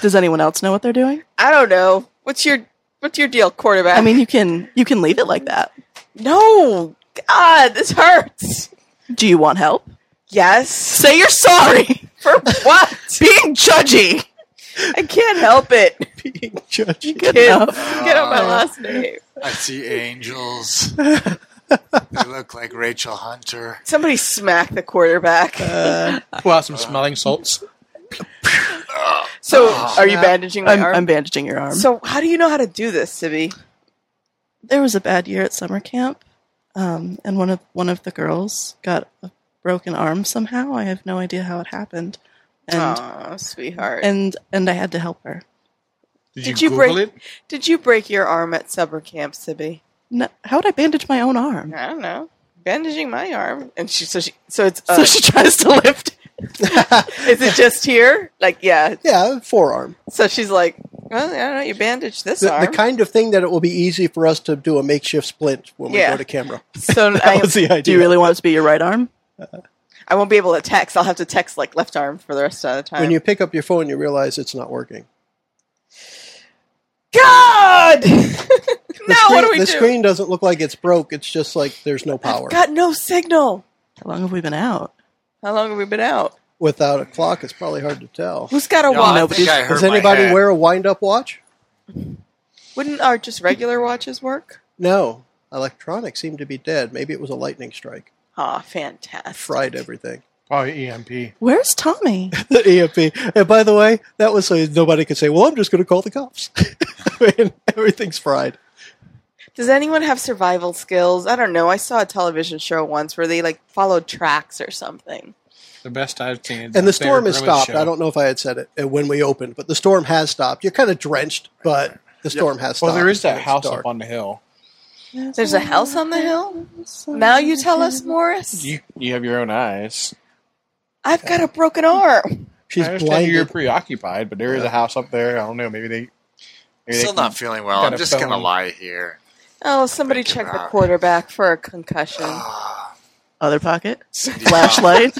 Speaker 6: Does anyone else know what they're doing?
Speaker 4: I don't know. What's your What's your deal, quarterback?
Speaker 6: I mean, you can you can leave it like that.
Speaker 4: no. God, this hurts.
Speaker 6: Do you want help?
Speaker 4: Yes.
Speaker 6: Say you're sorry.
Speaker 4: For what?
Speaker 6: Being judgy.
Speaker 4: I can't help it.
Speaker 2: Being judged.
Speaker 6: Good
Speaker 4: Kids.
Speaker 6: enough.
Speaker 4: Get on my last name.
Speaker 5: I see angels. they look like Rachel Hunter.
Speaker 4: Somebody smack the quarterback.
Speaker 6: Uh,
Speaker 3: Pull out some smelling salts.
Speaker 4: so, are you bandaging my
Speaker 6: oh, I'm,
Speaker 4: arm?
Speaker 6: I'm bandaging your arm.
Speaker 4: so, how do you know how to do this, Sibby?
Speaker 6: there was a bad year at summer camp, um, and one of one of the girls got a broken arm somehow. I have no idea how it happened, and
Speaker 4: Oh, sweetheart.
Speaker 6: and and I had to help her.
Speaker 3: Did you,
Speaker 4: Did you
Speaker 3: Google
Speaker 4: break-
Speaker 3: it?
Speaker 4: Did you break your arm at summer camp, Sibby?
Speaker 6: No, how would I bandage my own arm?
Speaker 4: I don't know. Bandaging my arm, and she so she so it's uh,
Speaker 6: So she tries to lift.
Speaker 4: is it just here? Like yeah.
Speaker 2: Yeah, forearm.
Speaker 4: So she's like, well, I don't know. You bandage this
Speaker 2: The,
Speaker 4: arm.
Speaker 2: the kind of thing that it will be easy for us to do a makeshift splint when we
Speaker 4: Yeah.
Speaker 2: go to camera.
Speaker 4: so I,
Speaker 2: That was the idea.
Speaker 6: Do you really want it to be your right arm?
Speaker 4: I won't be able to text. I'll have to text like left arm for the rest of the time.
Speaker 2: when you pick up your phone, you realize it's not working.
Speaker 4: God, no,
Speaker 2: The
Speaker 4: what
Speaker 2: screen,
Speaker 4: do we
Speaker 2: the
Speaker 4: do?
Speaker 2: screen doesn't look like it's broke. It's just like there's no power.
Speaker 4: Got no signal.
Speaker 6: How long have we been out?
Speaker 4: How long have we been out?
Speaker 2: Without a clock, it's probably hard to tell.
Speaker 4: Who's got a
Speaker 5: No,
Speaker 4: watch?
Speaker 5: Oh, I think I hurt
Speaker 2: Does
Speaker 5: my
Speaker 2: anybody
Speaker 5: head.
Speaker 2: wear a wind-up watch?
Speaker 4: Wouldn't our just regular watches work?
Speaker 2: No. Electronics seem to be dead. Maybe it was a lightning strike.
Speaker 4: Ah, fantastic.
Speaker 2: Fried everything.
Speaker 3: Probably EMP.
Speaker 6: Where's Tommy?
Speaker 2: The EMP. And by the way, that was so nobody could say, "Well, I'm just going to call the cops." I mean, everything's fried.
Speaker 4: Does anyone have survival skills? I don't know. I saw a television show once where they like followed tracks or something.
Speaker 3: The best I've seen.
Speaker 2: And the storm has
Speaker 3: Favorite Grimace
Speaker 2: stopped.
Speaker 3: show.
Speaker 2: I don't know if I had said it uh, when we opened, but the storm has stopped. You're kind of drenched, but the storm has stopped.
Speaker 3: Well, there is that
Speaker 2: It's
Speaker 3: house
Speaker 2: dark.
Speaker 3: up on the hill.
Speaker 4: There's a house on the hill. Now you tell us, Morris.
Speaker 3: You you have your own eyes.
Speaker 4: I've got a broken arm.
Speaker 2: She's
Speaker 3: I understand you're
Speaker 2: blinded.
Speaker 3: preoccupied, but there is a house up there. I don't know. Maybe they. Maybe
Speaker 5: I'm
Speaker 3: they
Speaker 5: still
Speaker 3: can-
Speaker 5: not feeling well.
Speaker 3: Got
Speaker 5: I'm
Speaker 3: a
Speaker 5: just going to
Speaker 3: phone.
Speaker 5: lie here.
Speaker 4: Oh, somebody
Speaker 5: Thank you,
Speaker 4: check the
Speaker 5: Rob.
Speaker 4: quarterback for a concussion.
Speaker 6: Other pocket.
Speaker 5: Cindy Lauper.
Speaker 6: Flashlight.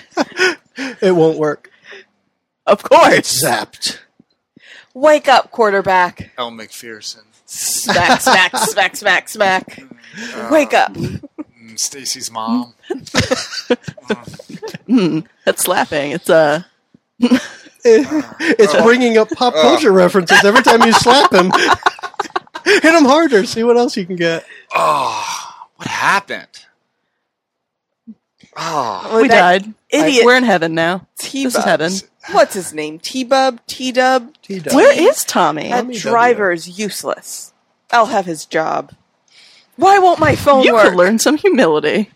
Speaker 2: It won't work.
Speaker 6: of course.
Speaker 2: Zapped.
Speaker 4: Wake up, quarterback.
Speaker 5: Elle McPherson.
Speaker 4: Smack, smack, smack, smack, smack. Wake up.
Speaker 5: Mm, Stacy's mom.
Speaker 6: Hmm, that's slapping. It's uh,
Speaker 3: Oh.
Speaker 2: It's bringing up pop culture references every time you slap him. Hit him harder. See what else you can get.
Speaker 5: Oh, what happened? Oh,
Speaker 4: Well,
Speaker 6: we
Speaker 4: that
Speaker 6: died.
Speaker 4: Idiot.
Speaker 6: We're in heaven now.
Speaker 4: T-Bub.
Speaker 6: This is heaven.
Speaker 4: What's his name? T-Bub? T-Dub?
Speaker 2: T-Dub.
Speaker 6: Where is Tommy?
Speaker 4: That
Speaker 2: W.
Speaker 4: driver is useless. I'll have his job. Why won't my phone
Speaker 6: You
Speaker 4: work?
Speaker 6: could learn some humility.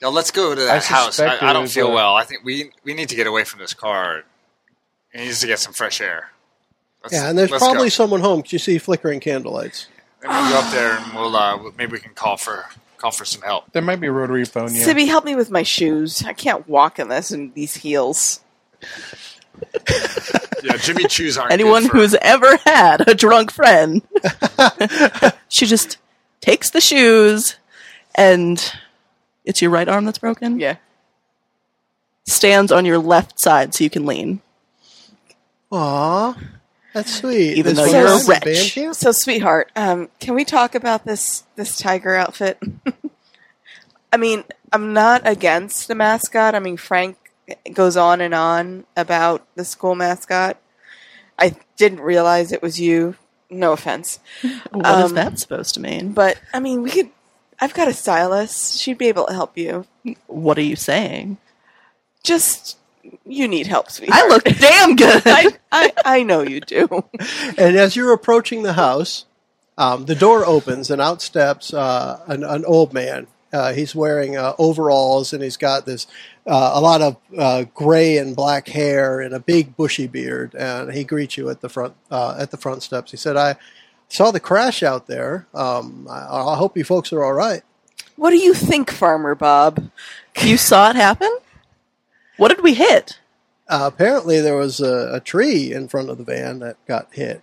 Speaker 5: now let's go to
Speaker 3: I
Speaker 5: that house.
Speaker 3: suspect
Speaker 5: I, I
Speaker 3: it
Speaker 5: don't
Speaker 3: was
Speaker 5: feel
Speaker 3: a-
Speaker 5: well. I think we we need to get away from this car. He needs to get some fresh air. Let's-
Speaker 2: Yeah, and there's
Speaker 5: let's go.
Speaker 2: probably someone home 'cause you see flickering candlelights.
Speaker 5: Maybe we'll go up there and we'll uh, we'll- maybe we can call for call for some help.
Speaker 3: There might be a rotary phone. Yeah.
Speaker 4: Sibby, help me with my shoes. I can't walk in this in these heels.
Speaker 5: Yeah, Jimmy Choo's aren't good
Speaker 6: Anyone
Speaker 5: for-
Speaker 6: who's ever had a drunk friend, she just takes the shoes and it's your right arm that's broken.
Speaker 4: Yeah.
Speaker 6: Stands on your left side so you can lean.
Speaker 2: Aw, that's sweet. This
Speaker 6: Even though
Speaker 2: was
Speaker 4: you're a
Speaker 2: at the
Speaker 6: wretch.
Speaker 2: band camp?
Speaker 4: So, sweetheart, um, can we talk about this this tiger outfit? I mean, I'm not against the mascot. I mean, Frank goes on and on about the school mascot. I didn't realize it was you. No offense,
Speaker 6: What is
Speaker 4: Um,
Speaker 6: that supposed to mean?
Speaker 4: but I mean, we could. I've got a stylist. She'd be able to help you.
Speaker 6: what are you saying?
Speaker 4: Just you need help, sweetheart.
Speaker 6: I look damn good.
Speaker 4: I, I, I know you do.
Speaker 2: And as you're approaching the house, um, the door opens and out steps uh, an, an old man. Uh, he's wearing uh, overalls and he's got this uh, a lot of uh, gray and black hair and a big bushy beard. And he greets you at the front uh, at the front steps. He said, "I saw the crash out there. Um, I, I hope you folks are all right."
Speaker 4: What do you think, Farmer Bob?
Speaker 6: you saw it happen? What did we hit?
Speaker 2: Uh, apparently, there was a, a tree in front of the van that got hit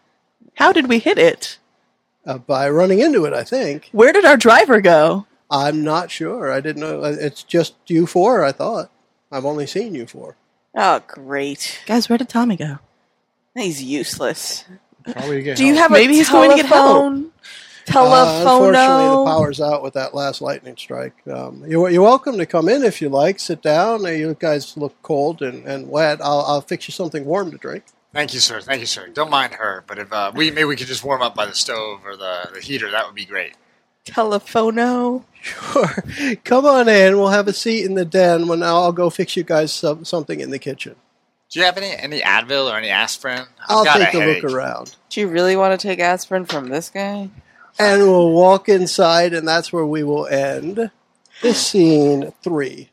Speaker 6: How did we hit it?
Speaker 2: uh, by running into it. I think
Speaker 6: Where did our driver go?
Speaker 2: I'm not sure. I didn't know. Uh, It's just you four. I thought I've only seen you four.
Speaker 4: Oh, great.
Speaker 6: Guys, where did Tommy go?
Speaker 4: He's useless.
Speaker 3: probably to get
Speaker 4: Do you
Speaker 3: help.
Speaker 4: have
Speaker 6: Maybe
Speaker 4: a
Speaker 6: he's
Speaker 4: telephone?
Speaker 6: going to get
Speaker 2: Uh,
Speaker 4: Telephono?
Speaker 2: unfortunately, the power's out with that last lightning strike. Um, you're, you're welcome to come in if you like. Sit down. Uh, You guys look cold and, and wet. I'll, I'll fix you something warm to drink.
Speaker 5: Thank you, sir. Thank you, sir. Don't mind her, but if uh, we maybe we could just warm up by the stove or the, the heater, that would be great.
Speaker 4: Telephono?
Speaker 2: Sure. come on in. We'll have a seat in the den. When I'll go fix you guys some, something in the kitchen.
Speaker 5: Do you have any any Advil or any aspirin? I've
Speaker 2: I'll
Speaker 5: got
Speaker 2: take a
Speaker 5: headache.
Speaker 2: look around.
Speaker 4: Do you really want to take aspirin from this guy?
Speaker 2: And we'll walk inside, and that's where we will end this scene three.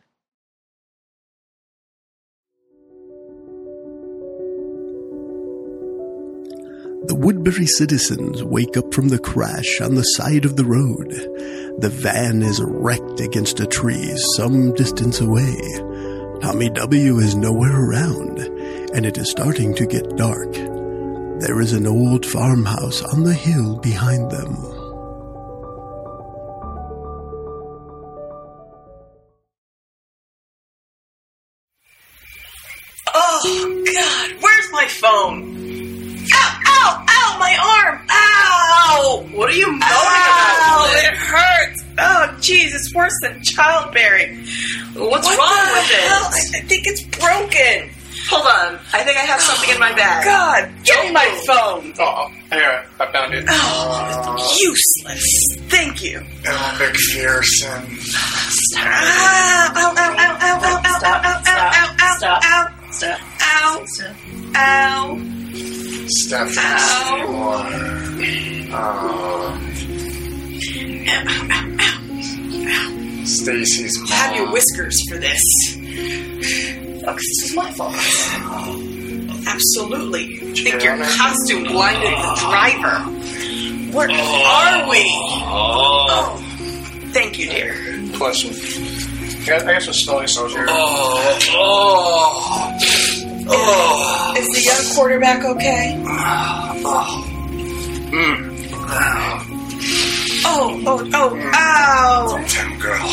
Speaker 1: The Woodbury citizens wake up from the crash on the side of the road. The van is wrecked against a tree some distance away. Tommy W is nowhere around, and it is starting to get dark. There is an old farmhouse on the hill behind them.
Speaker 7: Oh God, where's my phone? Ow! Ow! Ow! My arm! Ow! What are you moaning ow, about? It hurts. Oh, jeez, it's worse than childbearing. What's
Speaker 11: wrong
Speaker 7: the
Speaker 11: with it?
Speaker 7: hell? I, I think it's broken. Hold on, I think I have something in my bag. God, get my phone. Oh,
Speaker 8: Oh, here, I found it.
Speaker 7: Useless. Thank you.
Speaker 9: Oh, McPherson.
Speaker 7: Ah, ow, ow, ow, ow, ow, ow, ow,
Speaker 11: Stop,
Speaker 7: ow, ow,
Speaker 11: stop,
Speaker 7: ow,
Speaker 11: stop.
Speaker 7: ow,
Speaker 11: Stop.
Speaker 7: ow,
Speaker 11: Stop.
Speaker 7: ow, ow.
Speaker 9: Stephanie
Speaker 7: Ow.
Speaker 9: Seymour.
Speaker 8: Um,
Speaker 9: Oh, Stacy's mom.
Speaker 7: have your whiskers for this. Oh, 'cause this was my fault. Absolutely. You think your costume blinded the driver. Where are we? Oh. Thank you, dear.
Speaker 8: Plus, I got, I got some smelling salts here.
Speaker 9: Oh.
Speaker 7: Is the young quarterback okay?
Speaker 9: Hmm.
Speaker 7: Oh, oh, oh, ow!
Speaker 9: Damn girl.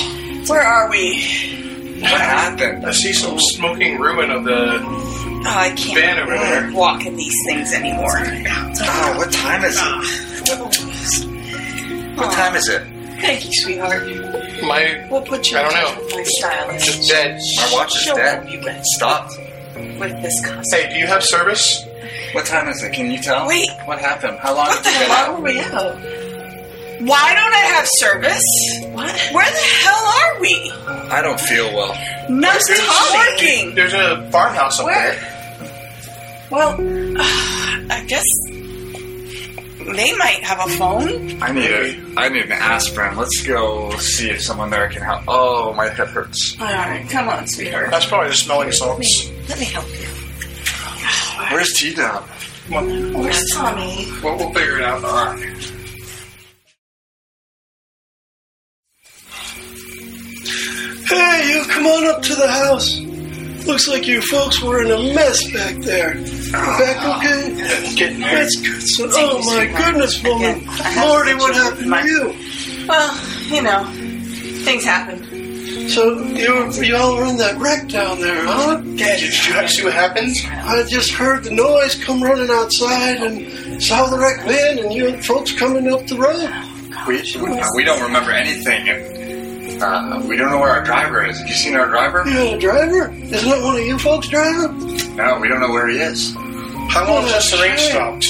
Speaker 7: Where are we?
Speaker 9: What happened?
Speaker 8: I see some smoking ruin of the.
Speaker 7: Oh, I can't
Speaker 8: Van over there.
Speaker 7: walk in these things anymore. Ah.
Speaker 9: Oh, what time is it? What, what time is it?
Speaker 7: Thank you, sweetheart.
Speaker 8: My.
Speaker 7: We'll put you
Speaker 8: I
Speaker 7: in
Speaker 8: don't
Speaker 7: touch
Speaker 8: know.
Speaker 7: with my stylist.
Speaker 9: It's dead. My watch is
Speaker 7: She'll
Speaker 9: dead.
Speaker 7: help you with,
Speaker 9: Stop.
Speaker 7: with this costume.
Speaker 8: Hey, do you have service?
Speaker 9: What time is it? Can you tell?
Speaker 7: Wait.
Speaker 8: What happened? How long
Speaker 7: What
Speaker 8: have
Speaker 7: the
Speaker 8: you been
Speaker 7: hell
Speaker 8: out?
Speaker 7: are we out? Why don't I have service?
Speaker 9: What?
Speaker 7: Where the hell are we?
Speaker 9: I don't feel well.
Speaker 7: No
Speaker 8: There's
Speaker 7: talking.
Speaker 8: There's a farmhouse up
Speaker 7: Where?
Speaker 8: there.
Speaker 7: Well, I guess they might have a phone.
Speaker 9: I need a, I need an aspirin. Let's go see if someone there can help. Oh, my hip hurts.
Speaker 7: All right, come on, sweetheart.
Speaker 8: That's probably the smelling salts.
Speaker 7: Let me help you.
Speaker 9: Where's T Dub?
Speaker 8: Well,
Speaker 7: Where's Tommy?
Speaker 8: we'll we'll figure it out.
Speaker 2: Hey, you, come on up to the house. Looks like you folks were in a mess back there. You back okay?
Speaker 8: Getting there.
Speaker 2: That's good. So, oh my goodness, woman.
Speaker 7: Again, I have
Speaker 2: Lordy,
Speaker 7: such
Speaker 2: what
Speaker 7: a-
Speaker 2: happened
Speaker 7: my-
Speaker 2: to you?
Speaker 7: Well, you know, things happen.
Speaker 2: So you were, y'all were in that wreck down there, huh?
Speaker 8: Did you see what happened?
Speaker 2: I just heard the noise come running outside and saw the wreck then and you folks coming up the road.
Speaker 9: We, we, we don't remember anything. And, uh, we don't know where our driver is. Have you seen our driver?
Speaker 2: You got a driver? Isn't that one of you folks driving?
Speaker 9: No, we don't know where he is.
Speaker 8: How long has the rain stopped?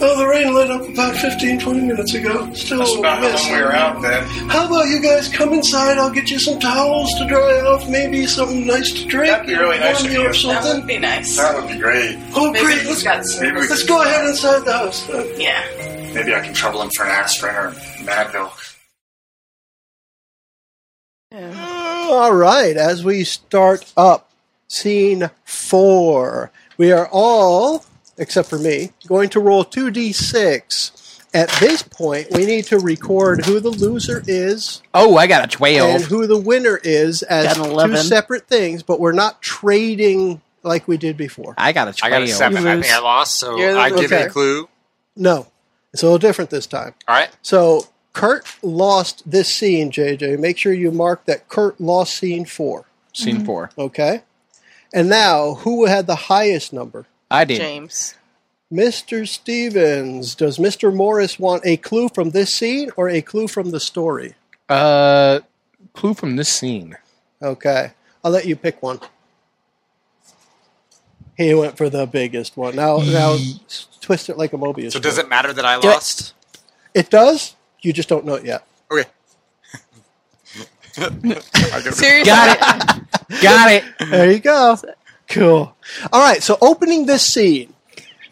Speaker 2: Oh, the rain let up about 15, 20 minutes ago. Still
Speaker 8: That's about how long
Speaker 2: messy.
Speaker 8: we were out then.
Speaker 2: How about you guys come inside? I'll get you some towels to dry off, maybe something nice to drink.
Speaker 8: That'd be really
Speaker 2: warm
Speaker 8: nice of
Speaker 2: you
Speaker 8: you.
Speaker 2: Or
Speaker 7: That
Speaker 2: something.
Speaker 7: would be nice.
Speaker 9: That would be great.
Speaker 2: Oh,
Speaker 7: Maybe
Speaker 2: great.
Speaker 7: he's
Speaker 2: Let's,
Speaker 7: got
Speaker 9: Maybe we
Speaker 7: service.
Speaker 2: let's go ahead inside the house. Uh,
Speaker 7: Yeah.
Speaker 9: Maybe I can trouble him for an aspirin or an Advil.
Speaker 2: All right, as we start up scene four, we are all, except for me, going to roll 2d6. At this point, we need to record who the loser is
Speaker 3: Oh, I got a
Speaker 2: and
Speaker 3: 12.
Speaker 2: who the winner is as
Speaker 6: Got an
Speaker 2: two
Speaker 6: 11.
Speaker 2: separate things, but we're not trading like we did before.
Speaker 3: I got a
Speaker 5: I
Speaker 3: 12.
Speaker 5: got a seven.
Speaker 6: You
Speaker 5: I
Speaker 6: lose.
Speaker 5: think I lost, so
Speaker 4: You're the
Speaker 5: I give
Speaker 2: Okay.
Speaker 5: you a clue.
Speaker 2: No, it's a little different this time.
Speaker 5: All right.
Speaker 2: So Kurt lost this scene, JJ. Make sure you mark that Kurt lost scene four.
Speaker 3: Scene
Speaker 5: Mm-hmm.
Speaker 3: four.
Speaker 2: Okay. And now, who had the highest number?
Speaker 3: I did.
Speaker 4: James.
Speaker 2: Mr. Stevens. Does Mr. Morris want a clue from this scene or a clue from the story?
Speaker 3: Uh, clue from this scene.
Speaker 2: Okay. I'll let you pick one. He went for the biggest one. Now, now s- twist it like a Mobius.
Speaker 5: So does it matter that I
Speaker 2: it.
Speaker 5: lost?
Speaker 2: It does. You just don't know it yet.
Speaker 5: Okay.
Speaker 4: Seriously,
Speaker 3: Got it. got it.
Speaker 2: There you go. Cool. All right. So opening this scene,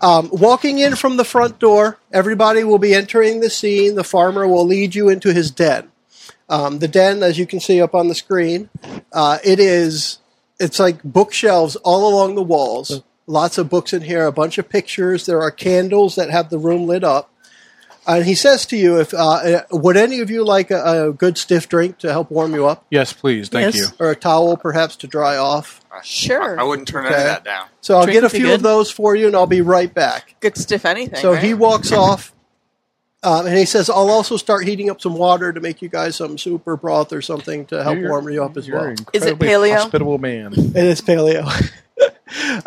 Speaker 2: um, walking in from the front door, everybody will be entering the scene. The farmer will lead you into his den. Um, the den, as you can see up on the screen, uh, it is it's like bookshelves all along the walls. Lots of books in here, a bunch of pictures. There are candles that have the room lit up. And he says to you, "If uh, uh, would any of you like a, a good stiff drink to help warm you up,
Speaker 3: Yes, please. Thank
Speaker 6: Yes.
Speaker 3: you.
Speaker 2: or a towel perhaps to dry off?"
Speaker 4: sure.
Speaker 5: I wouldn't turn any of
Speaker 2: Okay.
Speaker 5: that down.
Speaker 2: So I'll
Speaker 6: Drink
Speaker 2: get a
Speaker 6: would be
Speaker 2: few
Speaker 6: good.
Speaker 2: of those for you, and I'll be right back.
Speaker 4: Good stiff anything.
Speaker 2: So
Speaker 4: right?
Speaker 2: he walks off, um, and he says, "I'll also start heating up some water to make you guys some soup or broth or something to help
Speaker 3: You're-
Speaker 2: warm you up as
Speaker 3: you're
Speaker 2: well."
Speaker 3: an
Speaker 4: Is it
Speaker 3: incredibly
Speaker 4: paleo?
Speaker 3: Hospitable man.
Speaker 2: It is paleo.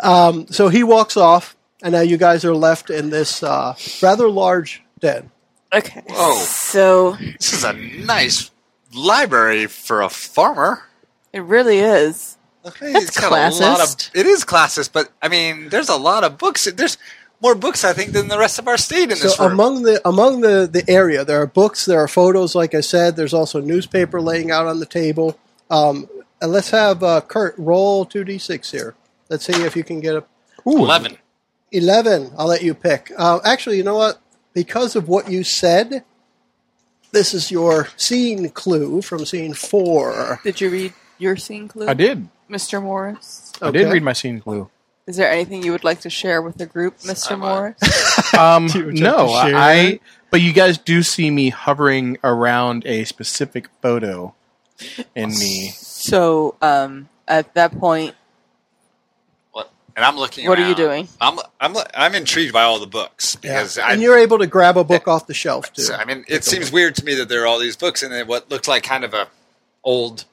Speaker 2: um, so he walks off, and now you guys are left in this uh, rather large den.
Speaker 4: Okay.
Speaker 5: Whoa.
Speaker 4: So
Speaker 5: This is a nice library for a farmer.
Speaker 4: it really is.
Speaker 5: That's
Speaker 6: classist.
Speaker 5: it is classist, but I mean, there's a lot of books. There's more books, I think, than the rest of our state in
Speaker 2: So
Speaker 5: this room.
Speaker 2: among the among the the area, there are books, there are photos. Like I said, there's also newspaper laying out on the table. Um, and let's have uh, Kurt roll two d six here. Let's see if you can get a
Speaker 3: Ooh,
Speaker 5: Eleven.
Speaker 2: 11 i'll let you pick uh, actually you know what because of what you said this is your scene clue from scene four
Speaker 4: Did you read your scene clue,
Speaker 3: I did.
Speaker 4: Mr. Morris?
Speaker 3: I did
Speaker 2: Okay.
Speaker 3: read my scene clue.
Speaker 4: Is there anything you would like to share with the group, Mr.
Speaker 5: I'm, uh,
Speaker 4: Morris?
Speaker 3: Um,
Speaker 2: You would
Speaker 3: no,
Speaker 2: like to share?
Speaker 3: I. But you guys do see me hovering around a specific photo in me.
Speaker 4: So, um, at that point,
Speaker 5: What- And I'm looking.
Speaker 4: What are you
Speaker 5: around.
Speaker 4: doing?
Speaker 5: I'm I'm I'm intrigued by all the books because I.
Speaker 2: and you're able to grab a book off the shelf too
Speaker 5: so, I mean, it seems weird to me that there are all these books and then what looked like kind of a old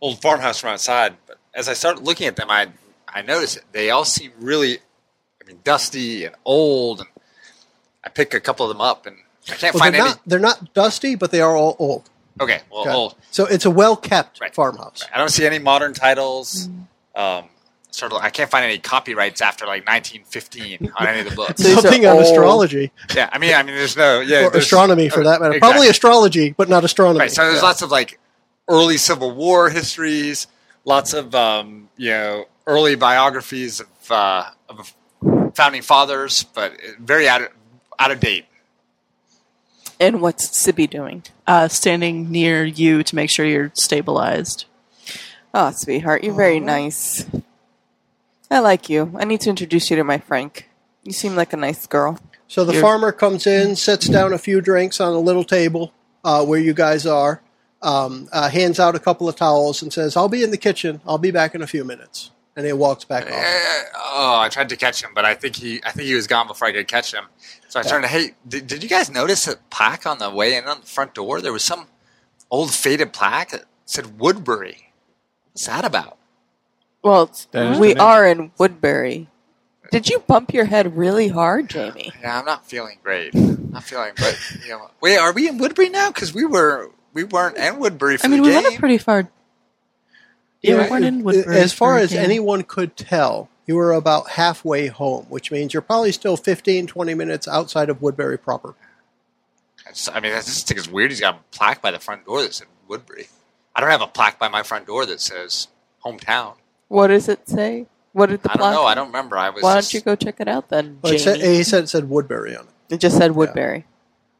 Speaker 5: old farmhouse from outside. But as I started looking at them, I I noticed it. They all seem really, I mean, dusty and old. And I pick a couple of them up and I can't
Speaker 2: well,
Speaker 5: find
Speaker 2: they're
Speaker 5: any.
Speaker 2: not they're not dusty but they are all old
Speaker 5: Okay, well, oh,
Speaker 2: Okay?
Speaker 5: old.
Speaker 2: so it's a well-kept
Speaker 5: Right.
Speaker 2: farmhouse
Speaker 5: I don't see any modern titles. Um, sort of. I can't find any copyrights after like 1915 on any of the books.
Speaker 4: So these are
Speaker 2: Something on
Speaker 4: all-
Speaker 2: astrology
Speaker 5: yeah, I mean, I mean, there's no yeah
Speaker 2: or
Speaker 5: there's-
Speaker 2: astronomy for that matter.
Speaker 5: Exactly.
Speaker 2: Probably astrology, but not astronomy.
Speaker 5: Right. So there's lots of like early Civil War histories, lots of um, you know early biographies of, uh, of founding fathers, but very out of, out of date.
Speaker 4: And what's Sibby doing?
Speaker 6: Uh, standing near you to make sure you're stabilized.
Speaker 4: Oh, sweetheart, you're very nice. I like you. I need to introduce you to my Frank. You seem like a nice girl.
Speaker 2: So the
Speaker 6: You're-
Speaker 2: farmer comes in, sets down a few drinks on a little table uh, where you guys are, um, uh, hands out a couple of towels, and says, "I'll be in the kitchen. I'll be back in a few minutes." And he walks back off.
Speaker 5: Oh, I tried to catch him, but I think he I think he was gone before I could catch him. So I turned to hey, did, did you guys notice a plaque on the way in on the front door? There was some old faded plaque that said Woodbury. What's that about?
Speaker 4: Well, it's-
Speaker 3: That is
Speaker 4: we
Speaker 3: the name.
Speaker 4: are in Woodbury. Did you bump your head really hard, Jamie?
Speaker 5: Yeah, I'm not feeling great. Not feeling, but you know, wait, are we in Woodbury now? Because we were, we weren't in Woodbury for
Speaker 6: I mean,
Speaker 5: the
Speaker 6: we went
Speaker 5: game.
Speaker 6: up pretty far. Yeah, we weren't in Woodbury.
Speaker 2: As
Speaker 6: for
Speaker 2: far
Speaker 6: a
Speaker 2: as
Speaker 6: game.
Speaker 2: anyone could tell, you were about halfway home, which means you're probably still 15, 20 minutes outside of Woodbury proper.
Speaker 5: I just- I mean, I just think it's weird. He's got a plaque by the front door that said Woodbury. I don't have a plaque by my front door that says hometown.
Speaker 4: What does it say? What did the
Speaker 5: I don't
Speaker 4: plaque-
Speaker 5: know. I don't remember. I was.
Speaker 4: Why
Speaker 5: just-
Speaker 4: don't you go check it out then,
Speaker 2: But it said,
Speaker 4: Jamie?
Speaker 2: he said it said Woodbury on it,
Speaker 4: It just said Woodbury.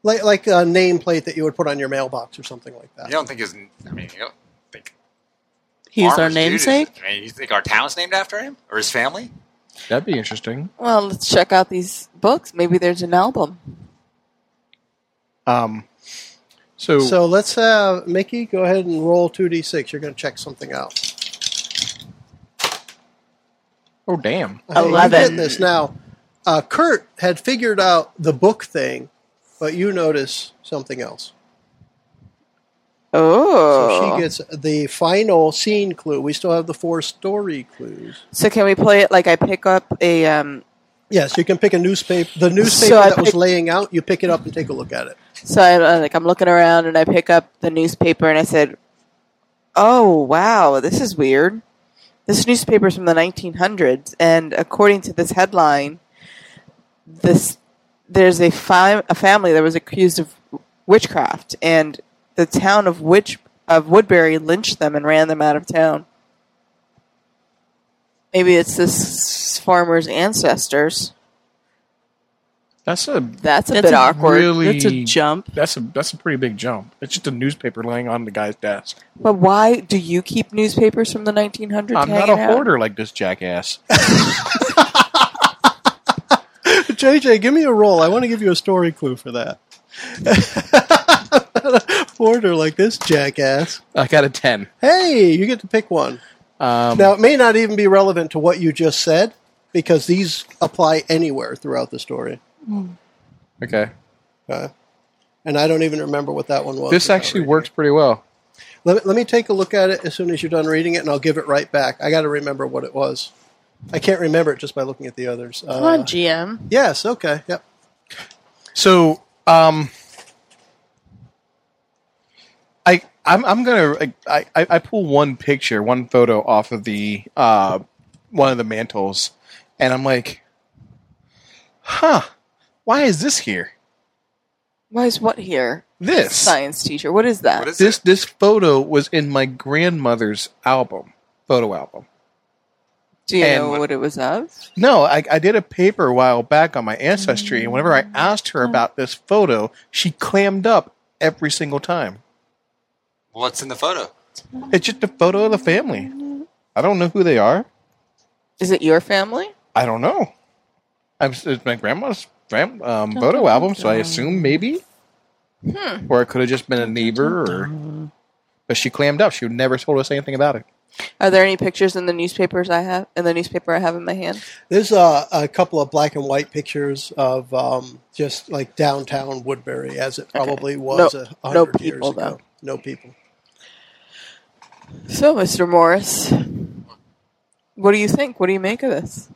Speaker 2: like like a nameplate that you would put on your mailbox or something like that.
Speaker 5: You don't think his? I mean, you don't think
Speaker 6: He's our
Speaker 5: Farmer's Dude is-
Speaker 6: namesake.
Speaker 5: I mean, you think our town's named after him or his family?
Speaker 3: That'd be interesting.
Speaker 4: Well, let's check out these books. Maybe there's an album.
Speaker 3: Um, so,
Speaker 2: So let's uh, Mickey, go ahead and roll two d six. You're going to check something out.
Speaker 3: oh damn,
Speaker 2: I think
Speaker 6: Eleven.
Speaker 2: I'm getting this now. Uh, Kurt had figured out the book thing, but you notice something else.
Speaker 4: Oh.
Speaker 2: So she gets the final scene clue. We still have the four story clues.
Speaker 4: So can we play it like I pick up a um
Speaker 2: Yes, you can pick a newspaper. The newspaper
Speaker 4: I
Speaker 2: that was
Speaker 4: pick-
Speaker 2: laying out, you pick it up and take a look at it.
Speaker 4: so I uh, like I'm looking around and I pick up the newspaper and I said, "Oh, wow, this is weird. This newspaper's from the 1900s and according to this headline, this there's a fi- a family that was accused of witchcraft and the town of Witch of Woodbury lynched them and ran them out of town. Maybe it's this farmer's ancestors.
Speaker 3: that's a
Speaker 4: That's a
Speaker 6: That's
Speaker 4: bit
Speaker 6: a
Speaker 4: awkward.
Speaker 3: really
Speaker 6: That's a jump.
Speaker 3: That's a that's a pretty big jump. It's just a newspaper laying on the guy's desk.
Speaker 4: But why do you keep newspapers from the 1900s?
Speaker 3: I'm not
Speaker 4: hanging
Speaker 3: a
Speaker 4: out?
Speaker 3: hoarder like this jackass.
Speaker 2: JJ, give me a roll. I want to give you a story clue for that. Order like this, jackass.
Speaker 3: I got a ten.
Speaker 2: Hey, you get to pick one.
Speaker 3: Um,
Speaker 2: Now, it may not even be relevant to what you just said because these apply anywhere throughout the story.
Speaker 3: okay,
Speaker 2: Okay. And I don't even remember what that one was.
Speaker 3: this
Speaker 2: without
Speaker 3: actually
Speaker 2: reading.
Speaker 3: works pretty well.
Speaker 2: Let me, let me take a look at it as soon as you're done reading it, and I'll give it right back. I got to remember what it was. I can't remember it just by looking at the others. Uh,
Speaker 6: Come on, GM.
Speaker 2: yes. Okay. Yep.
Speaker 3: So, um, I I'm I'm gonna I, I I pull one picture, one photo off of the uh one of the mantles, and I'm like, huh, why is this here?
Speaker 4: Why is what here?
Speaker 3: This
Speaker 4: Science teacher. What is that?
Speaker 5: What is
Speaker 3: this this photo was in my grandmother's album, photo album.
Speaker 4: do you
Speaker 3: and-
Speaker 4: know what it was of?
Speaker 3: No, I, I did a paper a while back on my ancestry, and whenever I asked her about this photo, she clammed up every single time.
Speaker 5: What's in the photo?
Speaker 3: It's just a photo of the family. I don't know who they are.
Speaker 4: Is it your family?
Speaker 3: I don't know. I'm, it's my grandma's fam, um, photo album, so I assume maybe. Or it could have just been a neighbor, or. But she clammed up. She never told us anything about it.
Speaker 4: Are there any pictures in the newspapers I have in the newspaper I have in my hand?
Speaker 2: There's a, a couple of black and white pictures of um, just like downtown Woodbury as it probably was
Speaker 4: No-
Speaker 2: a
Speaker 4: no
Speaker 2: hundred years
Speaker 4: people,
Speaker 2: ago.
Speaker 4: though.
Speaker 2: No people.
Speaker 4: So, Mr. Morris, what do you think? What do you make of this?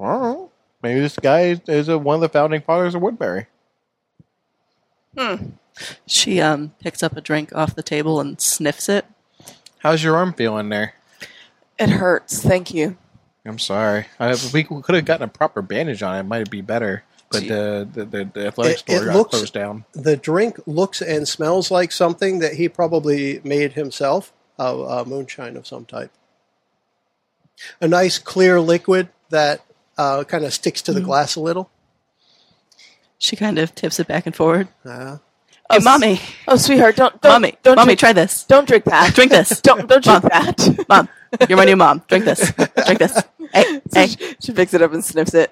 Speaker 3: I don't know. Maybe this guy is, is a, one of the founding fathers of Woodbury.
Speaker 6: She um, picks up a drink off the table and sniffs it.
Speaker 3: How's your arm feeling there?
Speaker 4: It hurts. Thank you.
Speaker 3: I'm sorry. I, if we could have gotten a proper bandage on it, it might be better. But uh, the, the, the athletic
Speaker 2: It-
Speaker 3: store
Speaker 2: it
Speaker 3: got
Speaker 2: looks-
Speaker 3: closed down.
Speaker 2: The drink looks and smells like something that he probably made himself, uh, uh, moonshine of some type. A nice clear liquid that uh, kind of sticks to the
Speaker 3: Mm-hmm.
Speaker 2: glass a little.
Speaker 6: She kind of tips it back and forward.
Speaker 2: Uh,
Speaker 6: Hey, mommy,
Speaker 4: Oh, sweetheart, Uh-huh. don't, don't
Speaker 6: mommy,
Speaker 4: don't
Speaker 6: mommy,
Speaker 4: drink,
Speaker 6: try this.
Speaker 4: don't drink that.
Speaker 6: Drink this.
Speaker 4: Don't don't drink
Speaker 6: Mom.
Speaker 4: that.
Speaker 6: Mom, you're my new mom. Drink this. Drink this. Hey,
Speaker 4: So
Speaker 6: hey.
Speaker 4: she, she picks it up and sniffs it.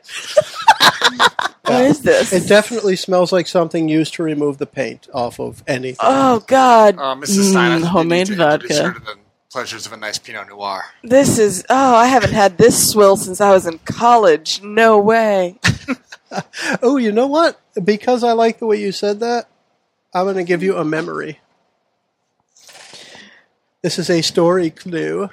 Speaker 4: what is this?
Speaker 2: it definitely smells like something used to remove the paint off of anything.
Speaker 4: oh God,
Speaker 8: Um,
Speaker 5: Uh, Mrs. Stein, I think you need
Speaker 6: homemade
Speaker 5: to introduce
Speaker 6: vodka.
Speaker 5: her to the pleasures of a nice Pinot Noir.
Speaker 4: this is. Oh, I haven't had this swill since I was in college. No way.
Speaker 2: oh, you know what? Because I like the way you said that, I'm going to give you a memory. This is a story clue.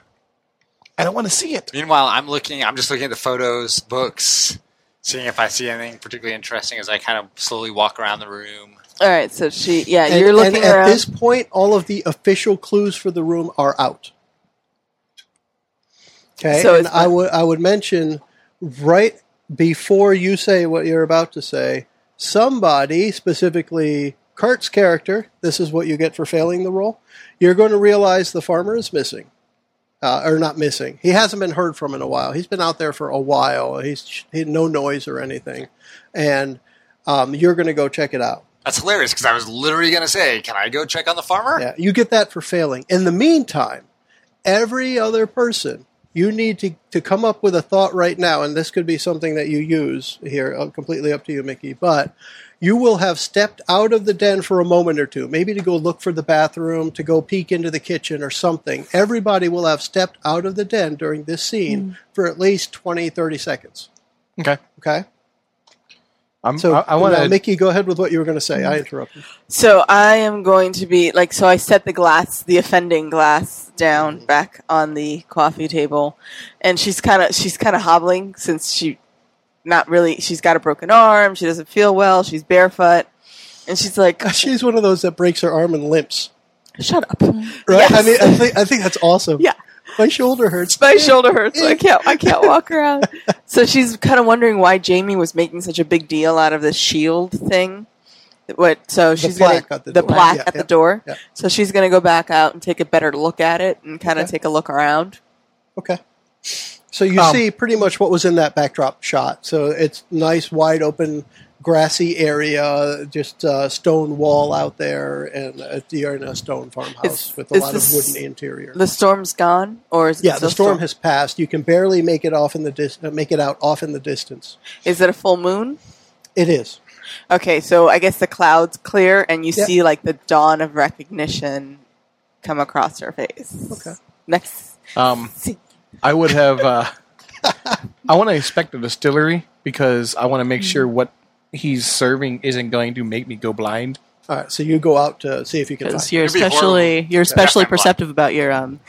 Speaker 3: I don't want to see it.
Speaker 5: Meanwhile, I'm looking. I'm just looking at the photos, books, seeing if I see anything particularly interesting as I kind of slowly walk around the room.
Speaker 4: All right, so she. Yeah,
Speaker 2: And,
Speaker 4: you're looking
Speaker 2: and
Speaker 4: around.
Speaker 2: at this point, all of the official clues for the room are out. Okay,
Speaker 4: So
Speaker 2: and
Speaker 4: it's-
Speaker 2: I would I would mention right before you say what you're about to say, somebody specifically Kurt's character. This is what you get for failing the role. You're going to realize the farmer is missing. Uh, or not missing. He hasn't been heard from in a while. He's been out there for a while. He's he, no noise or anything, and um, you're going to go check it out.
Speaker 5: That's hilarious because I was literally going to say, "Can I go check on the farmer?"
Speaker 2: Yeah, you get that for failing. In the meantime, every other person, you need to, to come up with a thought right now, and this could be something that you use here, uh, completely up to you, Mickey, but you will have stepped out of the den for a moment or two, maybe to go look for the bathroom, to go peek into the kitchen or something. Everybody will have stepped out of the den during this scene
Speaker 3: Hmm.
Speaker 2: for at least 20, 30 seconds.
Speaker 3: Okay.
Speaker 2: Okay?
Speaker 3: I'm,
Speaker 2: So
Speaker 3: Hmm, I, I Hmm. want
Speaker 2: now,
Speaker 3: to.
Speaker 2: Mickey, go ahead with what you were going to say. I interrupted.
Speaker 4: So I am going to be like so I set the glass, the offending glass down back on the coffee table and she's kind of she's kind of hobbling since she not really she's got a broken arm, she doesn't feel well, she's barefoot. And she's like,
Speaker 2: She's one of those that breaks her arm and limps.
Speaker 4: "Shut up.
Speaker 2: Right? I
Speaker 4: Yes.
Speaker 2: mean, I think, I think that's awesome.
Speaker 4: Yeah.
Speaker 2: My shoulder hurts.
Speaker 4: My shoulder hurts. I can't I can't walk around." so she's kind of wondering why Jamie was making such a big deal out of the shield thing. What so she's
Speaker 2: plaque
Speaker 4: gonna,
Speaker 2: at the door.
Speaker 4: plaque
Speaker 2: Yeah,
Speaker 4: at
Speaker 2: yeah.
Speaker 4: the door.
Speaker 2: Yeah.
Speaker 4: So she's going to go back out and take a better look at it and kind of
Speaker 2: Okay.
Speaker 4: take a look around.
Speaker 2: Okay. So you
Speaker 3: Um,
Speaker 2: see pretty much what was in that backdrop shot. So it's nice, wide open, grassy area, just uh, stone wall out there, and uh, you're in a stone farmhouse
Speaker 4: It's-
Speaker 2: with a
Speaker 4: it's
Speaker 2: lot
Speaker 4: this-
Speaker 2: of wooden interior.
Speaker 4: The storm's gone, or is it
Speaker 2: yeah,
Speaker 4: still
Speaker 2: the storm has passed. You can barely make it off in the dis- uh, make it out off in the distance.
Speaker 4: Is it a full moon?
Speaker 2: It is.
Speaker 4: Okay, so I guess the clouds clear and you
Speaker 2: Yep.
Speaker 4: see like the dawn of recognition come across her face.
Speaker 2: Okay.
Speaker 4: Next,
Speaker 3: Um,
Speaker 4: scene.
Speaker 3: I would have. Uh, I want to inspect the distillery because I want to make sure what he's serving isn't going to make me go blind.
Speaker 2: All right, so you go out to see if you can find.
Speaker 6: Because you're
Speaker 5: It'd be
Speaker 6: especially
Speaker 5: horrible.
Speaker 6: you're especially
Speaker 5: Yeah, I'm black.
Speaker 6: perceptive about your um,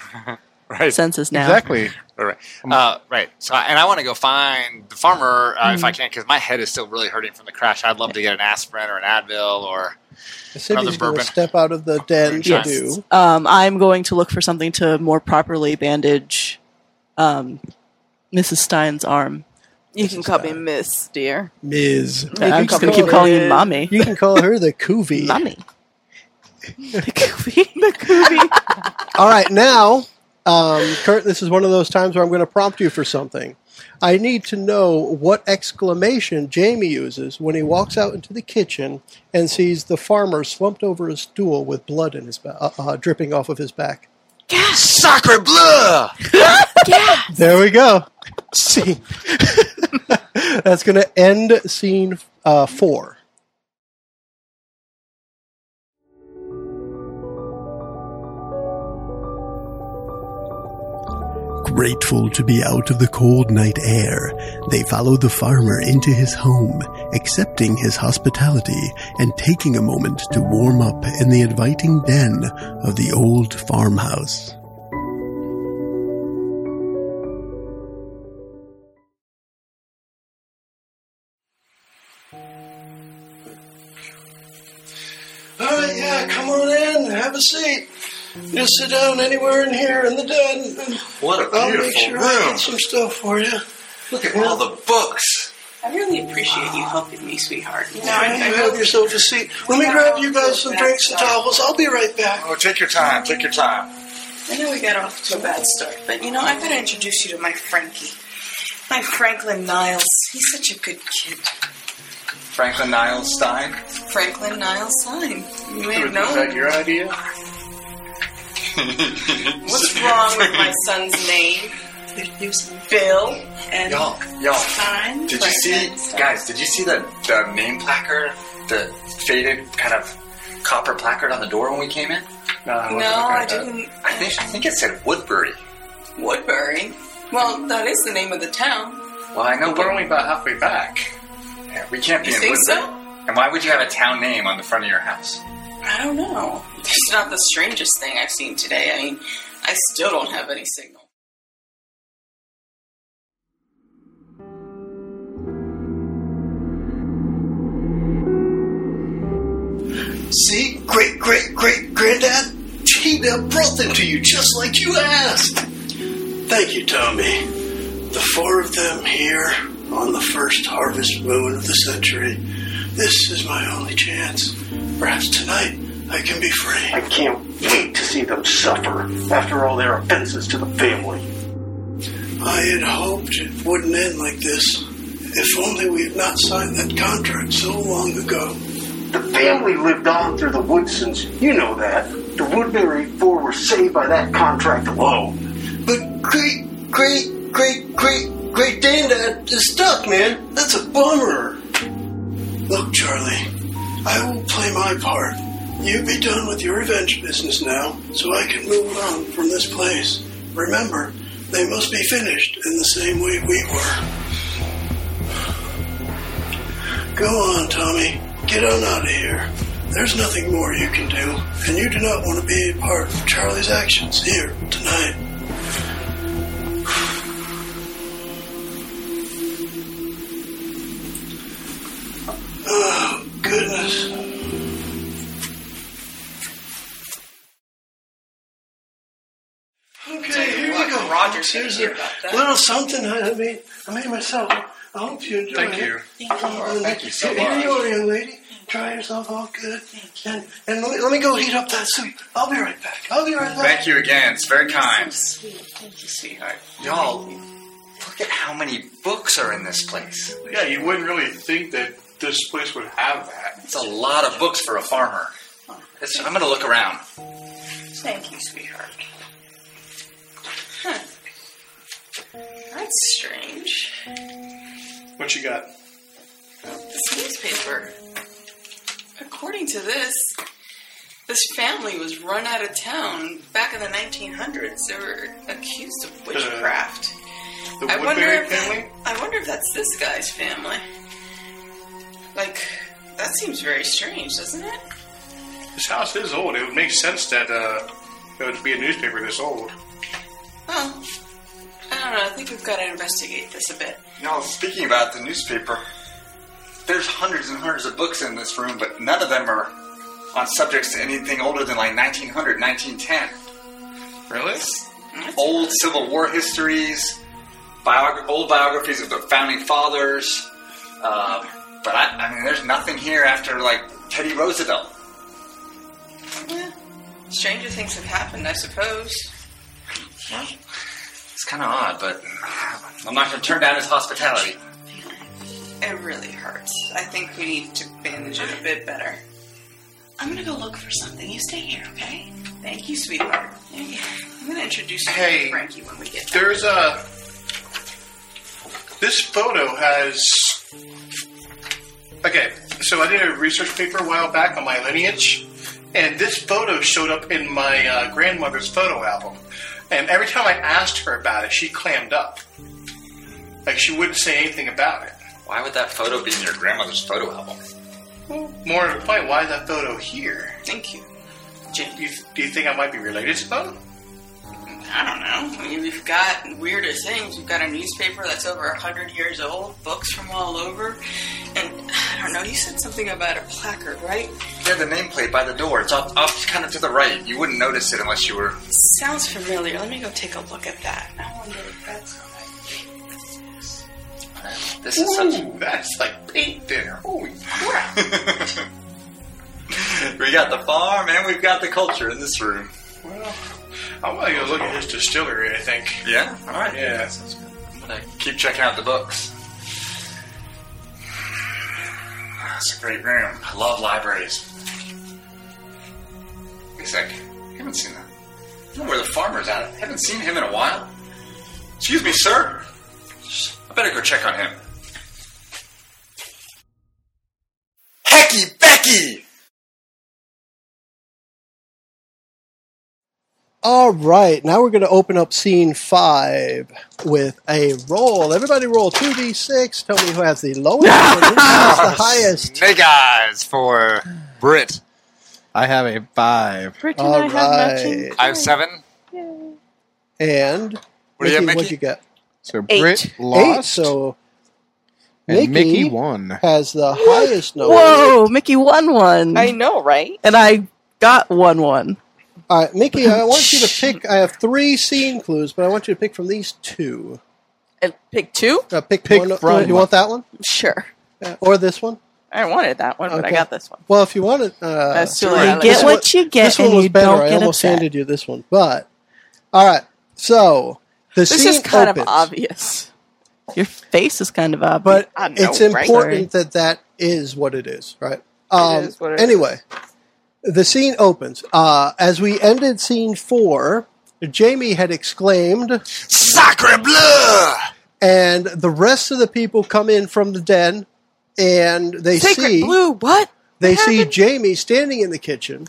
Speaker 5: Right.
Speaker 6: senses now.
Speaker 3: Exactly.
Speaker 5: Right, right. Uh, right. So, and I want to go find the farmer uh, if I can, because my head is still really hurting from the crash. I'd love to get an aspirin or an Advil or
Speaker 2: The city's going to
Speaker 5: bourbon.
Speaker 2: step out of the den to
Speaker 5: Yes.
Speaker 2: do.
Speaker 6: Um, I'm going to look for something to more properly bandage um, Mrs. Stein's arm.
Speaker 4: you can call me Miss, dear.
Speaker 2: Ms.
Speaker 4: You
Speaker 6: I'm
Speaker 4: can
Speaker 6: just
Speaker 4: call
Speaker 6: going to
Speaker 4: me
Speaker 6: keep calling you
Speaker 4: Liz.
Speaker 6: mommy.
Speaker 2: You can call her the Coovie.
Speaker 6: Mommy. The Koovy. the Koovy.
Speaker 2: All right, now, um, Kurt, this is one of those times where I'm going to prompt you for something. I need to know what exclamation Jamie uses when he walks out into the kitchen and sees the farmer slumped over his stool with blood in his ba- uh, uh, dripping off of his back.
Speaker 5: sacre bleu.
Speaker 2: There we go. Scene. That's going to end scene uh, four.
Speaker 1: Grateful to be out of the cold night air, they follow the farmer into his home, accepting his hospitality and taking a moment to warm up in the inviting den of the old farmhouse.
Speaker 8: All right, yeah, come on in, have a seat.
Speaker 2: Just sit down anywhere in here in the den.
Speaker 9: What a
Speaker 2: I'll
Speaker 9: beautiful
Speaker 2: make sure I
Speaker 9: room!
Speaker 2: get some stuff for you.
Speaker 9: Look at all the books.
Speaker 4: I really appreciate you helping me, sweetheart. You know, I, I
Speaker 2: you have yourself a seat. Let me grab you guys some drinks and towels. I'll be right back.
Speaker 9: Oh, take your time. Take your time.
Speaker 4: I know we got off to a bad start, but you know, I've got to introduce you to my Frankie. My Franklin Niles. He's such a good kid.
Speaker 9: Franklin Niles Stein.
Speaker 4: Franklin Niles Stein. You may have
Speaker 8: Was
Speaker 4: known.
Speaker 8: that your idea?
Speaker 4: What's wrong with my son's name? There's Bill and
Speaker 9: Y'all, y'all.
Speaker 4: Stein.
Speaker 9: Did you see,
Speaker 4: Franklin Stein.
Speaker 9: guys? Did you see the the name placard, the faded kind of copper placard on the door when we came in?
Speaker 8: No, I wasn't
Speaker 4: No,
Speaker 8: looking
Speaker 4: I
Speaker 8: at that.
Speaker 4: didn't.
Speaker 9: I think I think it said Woodbury.
Speaker 4: Woodbury. Well, that is the name of the town.
Speaker 9: Well, I know,
Speaker 8: We're
Speaker 9: but
Speaker 8: only about halfway back.
Speaker 9: yeah, we can't be
Speaker 4: You
Speaker 9: in
Speaker 4: think
Speaker 9: Woodbury.
Speaker 4: so?
Speaker 9: And why would you have a town name on the front of your house?
Speaker 4: I don't know. It's not the strangest thing I've seen today. I mean, I still don't have any signal.
Speaker 2: See, great, great, great granddad, Tina brought them to you just like you asked. Thank you, Tommy. The four of them here on the first harvest moon of the century. This is my only chance. Perhaps tonight I can be free.
Speaker 12: I can't wait to see them suffer after all their offenses to the family.
Speaker 2: I had hoped it wouldn't end like this. If only we had not signed that contract so long ago.
Speaker 12: The family lived on through the Woodsons, you know that. The Woodbury Four were saved by that contract alone.
Speaker 2: But great, great, great, great, great Dana is stuck, man. That's a bummer. Look, Charlie, I will play my part. You be done with your revenge business now, so I can move on from this place. Remember, they must be finished in the same way we were. Go on, Tommy. Get on out of here. There's nothing more you can do, and you do not want to be a part of Charlie's actions here tonight. Oh, goodness. Okay, here
Speaker 4: What,
Speaker 2: you go.
Speaker 4: Roger's gonna
Speaker 2: Here's
Speaker 4: hear
Speaker 2: a
Speaker 4: about that.
Speaker 2: little something I I made. I made myself. I hope you enjoy
Speaker 8: Thank
Speaker 2: it.
Speaker 8: you.
Speaker 2: Oh,
Speaker 9: Thank you so
Speaker 2: Here
Speaker 9: much.
Speaker 2: you are, young lady. Try yourself all good. And, and let, me, let me go heat up that soup. I'll be right back. I'll be right back.
Speaker 9: Thank you again. It's very kind.
Speaker 4: Sweet. Thank you, sweetheart.
Speaker 9: Y'all, look at how many books are in this place.
Speaker 8: Yeah, you wouldn't really think that this place would have that.
Speaker 9: It's a lot of books for a farmer. It's- I'm going to look around.
Speaker 4: Thank you, sweetheart. Huh. That's strange.
Speaker 8: What you got?
Speaker 4: This newspaper. According to this, this family was run out of town back in the 1900s. They were accused of witchcraft.
Speaker 8: Uh, The
Speaker 4: I wonder
Speaker 8: Woodbury
Speaker 4: if
Speaker 8: family?
Speaker 4: I wonder if that's this guy's family. Like, that seems very strange, doesn't it?
Speaker 8: This house is old. It would make sense that uh, it would be a newspaper this old.
Speaker 4: Well, I don't know. I think we've got to investigate this a bit.
Speaker 9: Y'all, speaking about the newspaper, there's hundreds and hundreds of books in this room, but none of them are on subjects to anything older than like 1900, 1910.
Speaker 8: Really?
Speaker 9: old Civil War histories, biog- old biographies of the founding fathers. Uh, but I, I mean, there's nothing here after like Teddy Roosevelt.
Speaker 4: Eh, stranger things have happened, I suppose.
Speaker 9: It's kind of odd, but I'm not going to turn down his hospitality.
Speaker 4: It really hurts. I think we need to bandage it a bit better. I'm gonna go look for something. You stay here, okay? Thank you, sweetheart. Yeah. I'm gonna introduce you
Speaker 8: Hey.
Speaker 4: to Frankie when we get there.
Speaker 8: There's a. This photo has. Okay, so I did a research paper a while back on my lineage, and this photo showed up in my uh, grandmother's photo album. And every time I asked her about it, she clammed up. Like she wouldn't say anything about it.
Speaker 9: Why would that photo be in your grandmother's photo album?
Speaker 8: Well, more to the point, why is that photo here?
Speaker 4: Thank you.
Speaker 8: Do you, do you think I might be related to them?
Speaker 4: I don't know. I mean, we've got weirder things. We've got a newspaper that's over a hundred years old, books from all over, and I
Speaker 7: don't know. You said something about a placard, right?
Speaker 9: Yeah, the nameplate by the door. It's off, off kind of to the right. You wouldn't notice it unless you were.
Speaker 7: Sounds familiar. Let me go take a look at that. I wonder if that's all right.
Speaker 9: This is such.
Speaker 8: that's like paint there. Holy crap.
Speaker 9: We got the farm and we've got the culture in this room.
Speaker 8: well, I want to go look at this distillery, I think.
Speaker 9: Yeah. All right.
Speaker 8: Yeah.
Speaker 9: That sounds good. I'm gonna keep checking out the books. That's a great room. I love libraries. Wait a sec. I haven't seen that. I don't know where the farmer's at. I haven't seen him in a while. Excuse me, sir. I better go check on him. Hecky Becky!
Speaker 2: All right, now we're going to open up scene five with a roll. Everybody roll 2d6. Tell me who has the lowest and who has the highest.
Speaker 5: Snake eyes for Brit.
Speaker 3: I have a five.
Speaker 6: Brittany
Speaker 2: All
Speaker 6: and I have matching.
Speaker 2: right.
Speaker 5: I have seven.
Speaker 2: And
Speaker 5: What do you have,
Speaker 2: Mickey,
Speaker 5: Mickey?
Speaker 2: what'd you get?
Speaker 3: So
Speaker 6: Eight.
Speaker 3: Brit
Speaker 2: Eight.
Speaker 3: lost,
Speaker 2: So
Speaker 3: and Mickey,
Speaker 2: Mickey-
Speaker 3: won.
Speaker 2: has the highest number.
Speaker 6: Whoa, Mickey won one.
Speaker 4: I know, right?
Speaker 6: and I got one one.
Speaker 2: All right, Mickey, I want you to pick. I have three scene clues, but I want you to pick from these two.
Speaker 4: And pick two?
Speaker 2: Uh, pick,
Speaker 3: Pick
Speaker 2: one.
Speaker 3: from-
Speaker 2: you want that one
Speaker 4: Sure.
Speaker 2: Yeah, or this one?
Speaker 4: I wanted that one, but I
Speaker 2: Okay.
Speaker 4: got this one.
Speaker 2: Well, if you want it, uh,
Speaker 4: That's too
Speaker 2: sure.
Speaker 4: late.
Speaker 6: You
Speaker 4: This
Speaker 6: get
Speaker 2: one-
Speaker 6: what you get,
Speaker 2: This one
Speaker 6: and
Speaker 2: was
Speaker 6: you
Speaker 2: better.
Speaker 6: don't
Speaker 2: I
Speaker 6: get
Speaker 2: almost
Speaker 6: upset.
Speaker 2: handed you this one, but all right. So the
Speaker 4: This
Speaker 2: scene
Speaker 4: is kind
Speaker 2: opens,
Speaker 4: of obvious.
Speaker 6: Your face is kind of obvious.
Speaker 2: but
Speaker 4: I know,
Speaker 2: it's
Speaker 4: right?
Speaker 2: important that that is what it is, right? Um,
Speaker 4: is what it
Speaker 2: anyway, the scene opens. Uh, as we ended scene four, Jamie had exclaimed,
Speaker 5: Sacre bleu!
Speaker 2: and the rest of the people come in from the den and they
Speaker 4: Sacred
Speaker 2: see
Speaker 4: blue, what?
Speaker 2: they
Speaker 4: What
Speaker 2: see
Speaker 4: happened?
Speaker 2: Jamie standing in the kitchen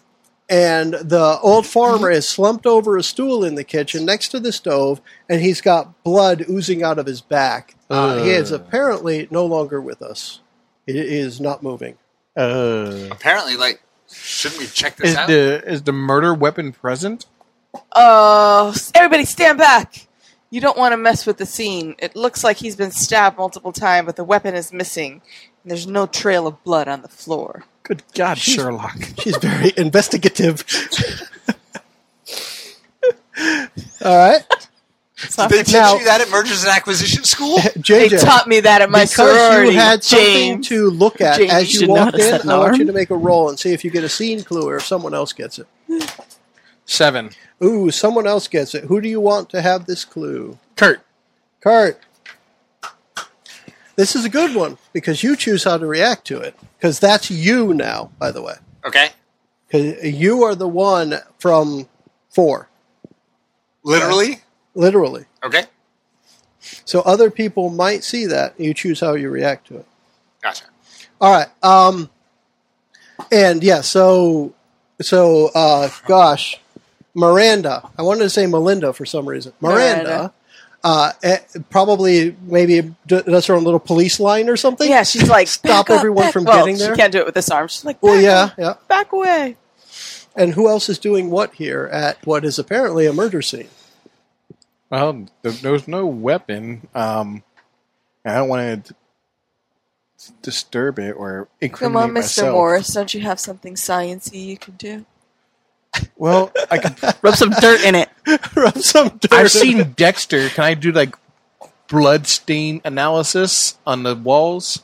Speaker 2: and the old farmer is slumped over a stool in the kitchen next to the stove and he's got blood oozing out of his back. Uh, he is apparently no longer with us. He is not moving.
Speaker 9: Apparently, like, shouldn't we check this
Speaker 3: Uh, Is
Speaker 9: out?
Speaker 3: the is the murder weapon present?
Speaker 4: Oh, s- everybody stand back. You don't want to mess with the scene. It looks like he's been stabbed multiple times, but the weapon is missing. And there's no trail of blood on the floor.
Speaker 3: Good God, Sherlock!
Speaker 2: She's very investigative. All right.
Speaker 9: Did they teach you that at mergers and acquisitions school?
Speaker 4: They
Speaker 2: JJ.
Speaker 4: taught me that at my
Speaker 2: because
Speaker 4: sorority.
Speaker 2: you had something
Speaker 4: James.
Speaker 2: to look at
Speaker 6: James
Speaker 2: as you
Speaker 6: should not
Speaker 2: walked
Speaker 6: have set
Speaker 2: in,
Speaker 6: an
Speaker 2: I want you
Speaker 6: arm.
Speaker 2: to make a roll and see if you get a scene clue or if someone else gets it.
Speaker 3: Seven.
Speaker 2: Ooh, someone else gets it. Who do you want to have this clue?
Speaker 3: Kurt.
Speaker 2: Kurt. This is a good one because you choose how to react to it. Because that's you now, by the way.
Speaker 5: Okay.
Speaker 2: 'Cause you are the one from four,
Speaker 5: Literally?
Speaker 2: literally.
Speaker 5: Okay.
Speaker 2: So other people might see that. You choose how you react to it.
Speaker 5: Gotcha.
Speaker 2: All right. Um, and yeah, so so uh, gosh, Miranda. I wanted to say Melinda for some reason. Miranda.
Speaker 4: Miranda.
Speaker 2: Uh, eh, probably maybe d- does her own little police line or something.
Speaker 4: Yeah, she's like
Speaker 2: stop
Speaker 4: "Back up,
Speaker 2: everyone
Speaker 4: back-"
Speaker 2: from
Speaker 4: Well,
Speaker 2: getting there.
Speaker 4: She can't do it with this arm. She's like,
Speaker 2: Well,
Speaker 4: "Back
Speaker 2: yeah,
Speaker 4: away,
Speaker 2: yeah.
Speaker 4: back away.
Speaker 2: And who else is doing what here at what is apparently a murder scene?
Speaker 3: Well, there, there's no weapon. Um, and I don't want to disturb it or
Speaker 4: Come
Speaker 3: incriminate
Speaker 4: on, Mr.
Speaker 3: myself.
Speaker 4: Morris, don't you have something sciency you can do?
Speaker 3: Well, I can,
Speaker 6: Rub some dirt in it.
Speaker 2: Rub some dirt.
Speaker 3: I've seen Dexter. Can I do like blood stain analysis on the walls?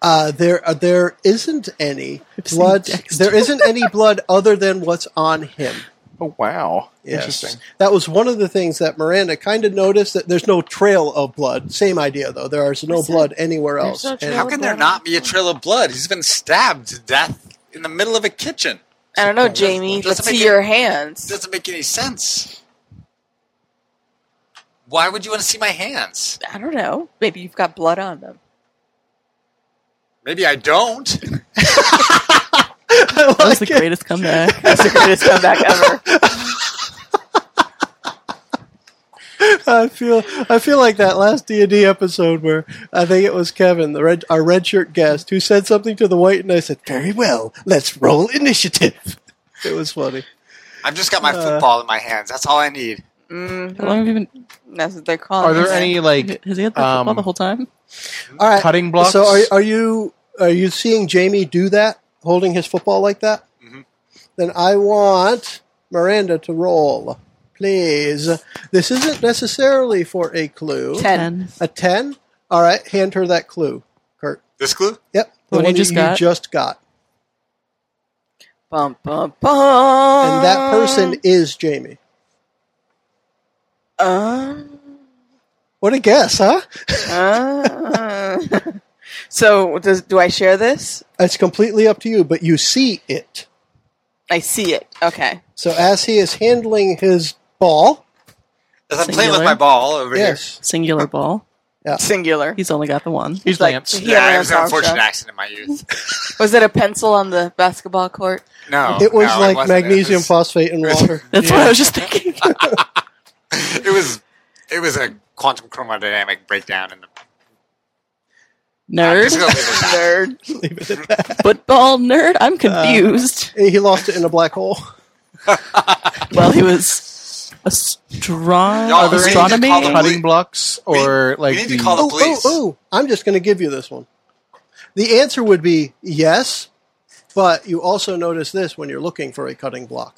Speaker 2: Uh, there, uh, there isn't any
Speaker 6: seen
Speaker 2: blood.
Speaker 6: Dexter.
Speaker 2: There isn't any blood other than what's on him.
Speaker 3: Oh wow!
Speaker 2: Yes.
Speaker 3: Interesting.
Speaker 2: That was one of the things that Miranda kind of noticed that there's no trail of blood. Same idea though. There is no blood anywhere else.
Speaker 4: no trail.
Speaker 9: How can there not be a trail of blood? He's been stabbed to death in the middle of a kitchen.
Speaker 4: I don't know, Jamie.
Speaker 9: Doesn't
Speaker 4: Let's
Speaker 9: make
Speaker 4: see
Speaker 9: it-
Speaker 4: your hands.
Speaker 9: doesn't make any sense. Why would you want to see my hands?
Speaker 4: I don't know. Maybe you've got blood on them.
Speaker 9: Maybe I don't.
Speaker 6: That was the greatest comeback.
Speaker 4: That's the greatest comeback ever.
Speaker 2: I feel I feel like that last D and D episode where I think it was Kevin, the red our red shirt guest, who said something to the white, and I said, "Very well, let's roll initiative." It was funny.
Speaker 9: I've just got
Speaker 3: Uh,
Speaker 9: my football in my hands. That's all I need.
Speaker 6: How long have you been?
Speaker 4: That's what they're calling.
Speaker 3: Are there
Speaker 4: it.
Speaker 3: any like
Speaker 6: Has he had the football
Speaker 3: Um,
Speaker 6: the whole time?
Speaker 2: All right,
Speaker 3: Cutting blocks?
Speaker 2: So Uh, are are you are you seeing Jamie do that, holding his football like that?
Speaker 5: Mm-hmm.
Speaker 2: Then I want Miranda to roll, please. This isn't necessarily for a clue.
Speaker 13: Ten.
Speaker 2: A ten. All right, hand her that clue, Kurt.
Speaker 5: This clue?
Speaker 2: Yep,
Speaker 6: The one you
Speaker 2: that
Speaker 6: just got?
Speaker 2: just got.
Speaker 13: Bum bum bum.
Speaker 2: and that person is Jamie.
Speaker 4: Uh,
Speaker 13: Um.
Speaker 2: What a guess, huh?
Speaker 13: Uh, so does do I share this?
Speaker 2: It's completely up to you, but you see it.
Speaker 13: I see it. Okay.
Speaker 2: So as he is handling his ball,
Speaker 5: As I'm playing with
Speaker 6: Singular.
Speaker 5: my ball over
Speaker 2: yes,
Speaker 6: Singular ball.
Speaker 13: Singular.
Speaker 6: He's only got the one.
Speaker 3: He's
Speaker 13: Like,
Speaker 3: Lance.
Speaker 13: he
Speaker 5: here. Yeah,
Speaker 13: had
Speaker 5: it
Speaker 13: a
Speaker 5: was an
Speaker 13: Lance's
Speaker 5: unfortunate
Speaker 13: arm
Speaker 5: accident in my youth.
Speaker 13: shot. Was it a pencil on the basketball court?
Speaker 5: No,
Speaker 2: it was
Speaker 5: Oh, no,
Speaker 2: like
Speaker 5: wasn't.
Speaker 2: magnesium
Speaker 5: It was,
Speaker 2: phosphate and water.
Speaker 6: That's what I was just thinking.
Speaker 5: it was. It was a quantum chromodynamic breakdown in the. I'm just
Speaker 6: nerd.
Speaker 5: gonna leave it at that.
Speaker 13: Nerd.
Speaker 6: Football nerd. I'm confused.
Speaker 2: he lost it in a black hole.
Speaker 6: well, he was astron-
Speaker 5: Y'all, we need to
Speaker 6: astronomy.
Speaker 5: call them-
Speaker 3: Cutting blocks or like
Speaker 5: need to
Speaker 3: the-
Speaker 5: call the-
Speaker 2: Oh, oh,
Speaker 5: Please.
Speaker 2: oh! I'm just going to give you this one. The answer would be yes, but you also notice this when you're looking for a cutting block.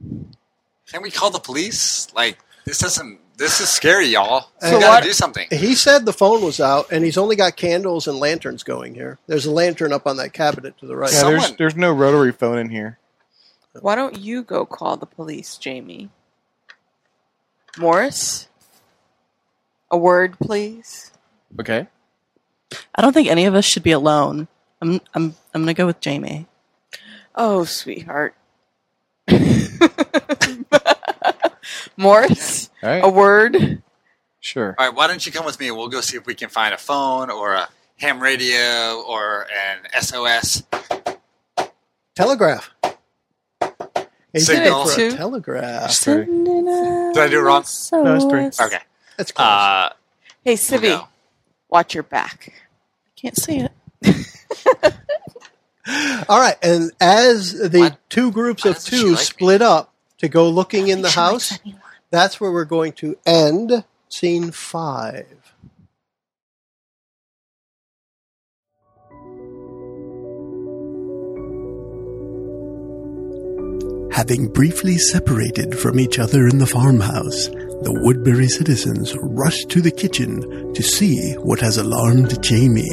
Speaker 5: Can we call the police? Like this doesn't. This is scary, y'all. We
Speaker 2: So
Speaker 5: gotta
Speaker 2: what-
Speaker 5: do something.
Speaker 2: He said the phone was out, and he's only got candles and lanterns going here. There's a lantern up on that cabinet to the right.
Speaker 3: yeah, there's
Speaker 5: someone-
Speaker 3: there's no rotary phone in here.
Speaker 13: Why don't you go call the police, Jamie? Morris? A word, please.
Speaker 3: Okay.
Speaker 6: I don't think any of us should be alone. I'm I'm I'm gonna go with Jamie.
Speaker 13: Oh, sweetheart. Morris?
Speaker 3: All right.
Speaker 13: A
Speaker 4: Oh,
Speaker 13: word?
Speaker 3: Sure.
Speaker 5: All right, why don't you come with me? We'll go see if we can find a phone or a ham radio or an SOS.
Speaker 2: Telegraph. He's
Speaker 5: Signal.
Speaker 2: looking for
Speaker 13: Two.
Speaker 2: a telegraph.
Speaker 3: That's three.
Speaker 5: Did I do it wrong?
Speaker 3: No, it's three.
Speaker 5: Okay.
Speaker 2: That's close.
Speaker 5: Uh,
Speaker 13: Hey, Sibby,
Speaker 5: go.
Speaker 13: watch your back.
Speaker 6: Can't see it.
Speaker 2: All right, and as the
Speaker 5: What?
Speaker 2: two groups
Speaker 5: Why
Speaker 2: of
Speaker 5: doesn't she
Speaker 2: two
Speaker 5: like me?
Speaker 2: split up to go looking in the house, that's where we're going to end scene five.
Speaker 1: Having briefly separated from each other in the farmhouse, the Woodbury citizens rush to the kitchen to see what has alarmed Jamie.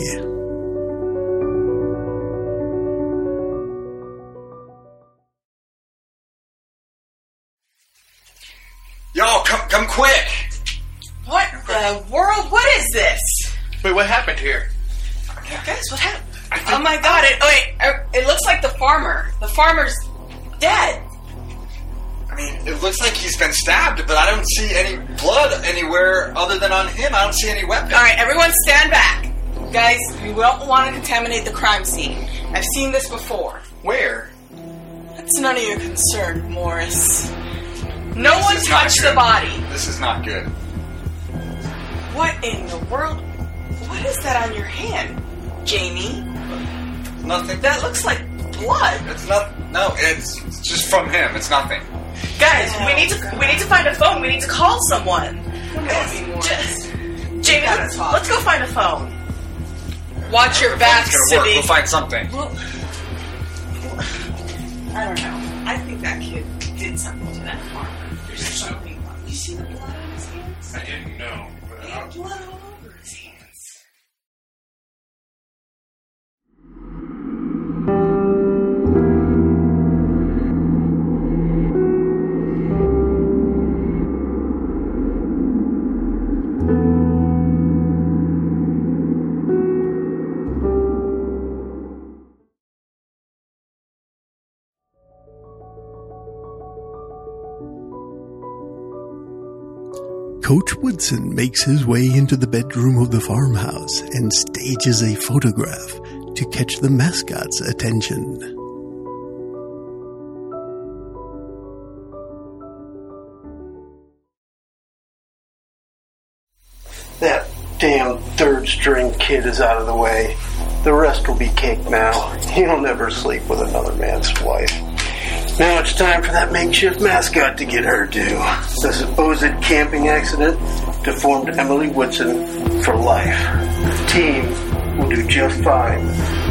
Speaker 9: Y'all, come, come quick!
Speaker 4: What the world? What is this?
Speaker 14: Wait, what happened here?
Speaker 4: Guys, what happened? Oh my god, it, wait, er, it looks like the farmer. The farmer's dead.
Speaker 9: I mean, it looks like he's been stabbed, but I don't see any blood anywhere other than on him. I don't see any weapon.
Speaker 4: Alright, everyone stand back. Guys, you don't want to contaminate the crime scene. I've seen this before.
Speaker 14: Where?
Speaker 4: It's none of your concern, Morris. No
Speaker 9: This
Speaker 4: one
Speaker 9: is not
Speaker 4: touched
Speaker 9: good.
Speaker 4: the body.
Speaker 9: This is not good.
Speaker 4: What in the world? What is that on your hand, Jamie?
Speaker 9: Nothing.
Speaker 4: That looks like blood.
Speaker 9: It's not. No, it's, it's just from him. It's nothing.
Speaker 4: Guys, we need to
Speaker 9: Oh,
Speaker 4: we need to find a phone. We need to call someone. Just, Jamie, let's, let's go find a phone. Watch your back,
Speaker 9: It's gonna work. We'll find something.
Speaker 4: I don't know. I think that kid did something to that farmer. There's something wrong. You see the blood on his hands?
Speaker 14: I didn't know. but
Speaker 4: He
Speaker 14: I-
Speaker 4: had blood all over his hands.
Speaker 1: Coach Woodson makes his way into the bedroom of the farmhouse and stages a photograph to catch the mascot's attention.
Speaker 8: That damn third string kid is out of the way. The rest will be cake now. He'll never sleep with another man's wife. Now it's time for that makeshift mascot to get her due. The supposed camping accident deformed Emily Woodson for life. Team
Speaker 11: will do just fine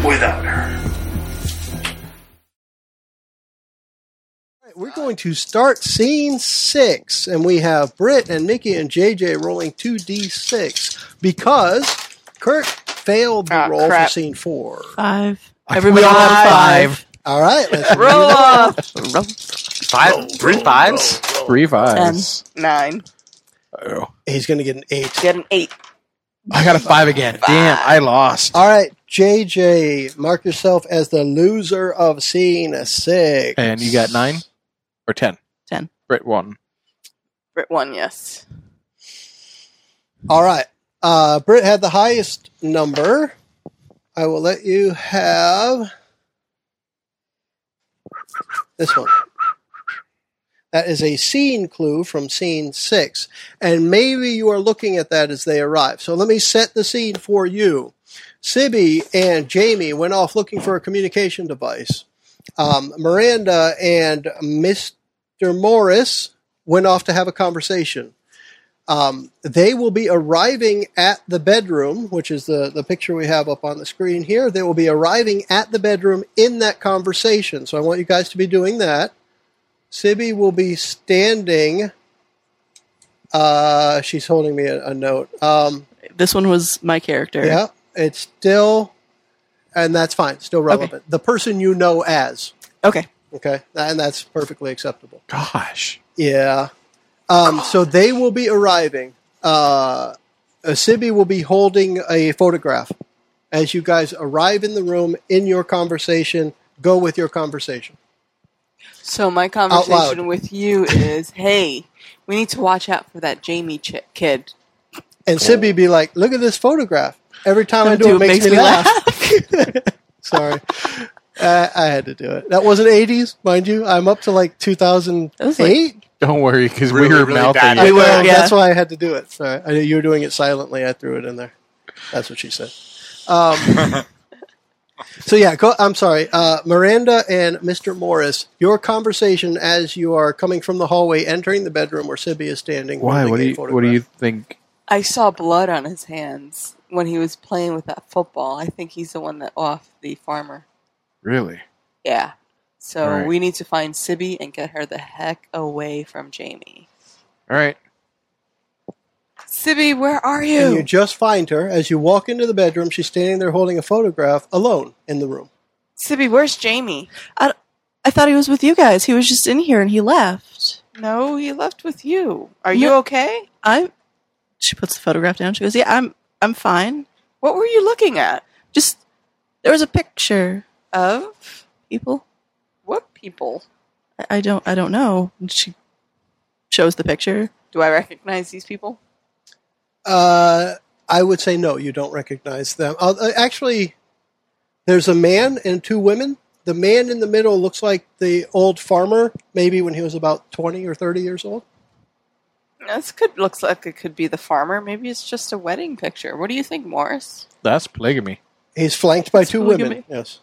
Speaker 11: without her.
Speaker 2: We're going to start scene six, and we have Britt and Nikki and JJ rolling 2d6 because Kurt failed the
Speaker 4: Ah,
Speaker 2: roll
Speaker 4: crap.
Speaker 2: for scene four.
Speaker 6: Five. Everybody got a five.
Speaker 2: All right, let's
Speaker 4: Roll off.
Speaker 6: Roll
Speaker 5: Five, three fives.
Speaker 3: Three fives.
Speaker 4: Nine.
Speaker 3: Oh.
Speaker 2: He's going to get an eight.
Speaker 4: Get an eight.
Speaker 3: I got a five again. Damn, I lost.
Speaker 2: All right, JJ, mark yourself as the loser of scene six.
Speaker 3: And you got nine or ten?
Speaker 6: Ten.
Speaker 3: Brit one.
Speaker 4: Brit one, yes.
Speaker 2: All right. Uh, Britt had the highest number. I will let you have this one. That is a scene clue from scene six. And maybe you are looking at that as they arrive. So let me set the scene for you. Sibby and Jamie went off looking for a communication device. Um, Miranda and Mr. Morris went off to have a conversation um, they will be arriving at the bedroom, which is the, the picture we have up on the screen here. They will be arriving at the bedroom in that conversation. So I want you guys to be doing that. Sibby will be standing. Uh, she's holding me a, a note. Um,
Speaker 6: This one was my character.
Speaker 2: yeah, it's still, and that's fine, still relevant. The person you know as.
Speaker 6: Okay.
Speaker 2: Okay, and that's perfectly acceptable.
Speaker 3: Gosh.
Speaker 2: Yeah. Um, so they will be arriving. Uh, uh, Sibby will be holding a photograph as you guys arrive in the room in your conversation. Go with your conversation.
Speaker 4: So my
Speaker 2: loud.
Speaker 4: conversation with you is, hey, we need to watch out for that Jamie chi- kid.
Speaker 2: And Sibby be like, look at this photograph. Every time I do, it, makes, me, laugh. Sorry. Uh, I had to do it. That wasn't 80s, mind you. I'm up to like 2008.
Speaker 6: That was like-
Speaker 3: Don't worry, because
Speaker 5: Really,
Speaker 3: we were
Speaker 5: really bad
Speaker 3: mouthing
Speaker 5: at
Speaker 3: it.
Speaker 2: I
Speaker 6: were,
Speaker 2: know,
Speaker 6: yeah.
Speaker 2: That's why I had to do it. Sorry. I, you were doing it silently. I threw it in there. That's what she said. Um, so yeah, go, I'm sorry, uh, Miranda and Mr. Morris. Your conversation as you are coming from the hallway, entering the bedroom where Sibby is standing.
Speaker 3: Why?
Speaker 2: holding
Speaker 3: What
Speaker 2: a
Speaker 3: do you? What do
Speaker 2: photograph.
Speaker 3: you think?
Speaker 4: I saw blood on his hands when he was playing with that football. I think he's the one that off the farmer.
Speaker 3: Really?
Speaker 4: Yeah. So
Speaker 3: Right.
Speaker 4: we need to find Sibby and get her the heck away from Jamie.
Speaker 3: All right.
Speaker 4: Sibby, where are
Speaker 2: And you
Speaker 4: you?
Speaker 2: just find her as you walk into the bedroom. She's standing there holding a photograph alone in the room.
Speaker 4: Sibby, where's Jamie?
Speaker 6: I thought he was with you guys. He was just in here and he left.
Speaker 4: No, he left with you. Are you
Speaker 6: No.
Speaker 4: okay?
Speaker 6: I'm. She puts the photograph down. She goes, "Yeah, I'm. I'm fine.
Speaker 4: What were you looking at?
Speaker 6: Just there was a picture.
Speaker 4: Of
Speaker 6: People.
Speaker 4: what people?
Speaker 6: I, I don't. I don't know." And she shows the picture.
Speaker 4: Do I recognize these people?
Speaker 2: Uh, I would say no. You don't recognize them. Uh, uh, actually, there's a man and two women. The man in the middle looks like the old farmer, maybe when he was about twenty or thirty years old.
Speaker 4: This could looks like it could be the farmer. Maybe it's just a wedding picture. What do you think, Morris?
Speaker 3: That's polygamy.
Speaker 2: He's flanked by two
Speaker 6: Look at
Speaker 2: women.
Speaker 6: me.
Speaker 2: Yes.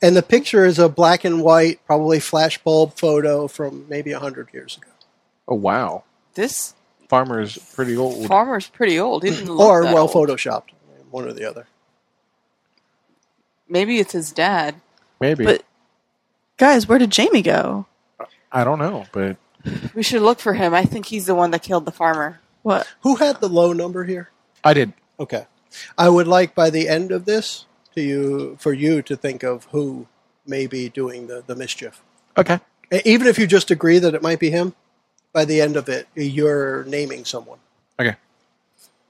Speaker 2: And the picture is a black and white, probably flashbulb photo from maybe hundred years ago,
Speaker 3: Oh wow.
Speaker 4: This
Speaker 3: Farmer's pretty old.
Speaker 4: farmer's pretty old. He didn't look
Speaker 2: or
Speaker 4: that old.
Speaker 2: well photoshopped, one or the other.
Speaker 4: Maybe it's his dad.
Speaker 3: Maybe.
Speaker 6: But- Guys, where did Jamie go?
Speaker 3: I don't know. But
Speaker 4: We should look for him. I think he's the one that killed the farmer.
Speaker 6: What?
Speaker 2: Who had the low number here?
Speaker 3: I did.
Speaker 2: Okay. I would like by the end of this to you for you to think of who may be doing the, the mischief.
Speaker 3: Okay.
Speaker 2: E- Even if you just agree that it might be him, by the end of it, you're naming someone.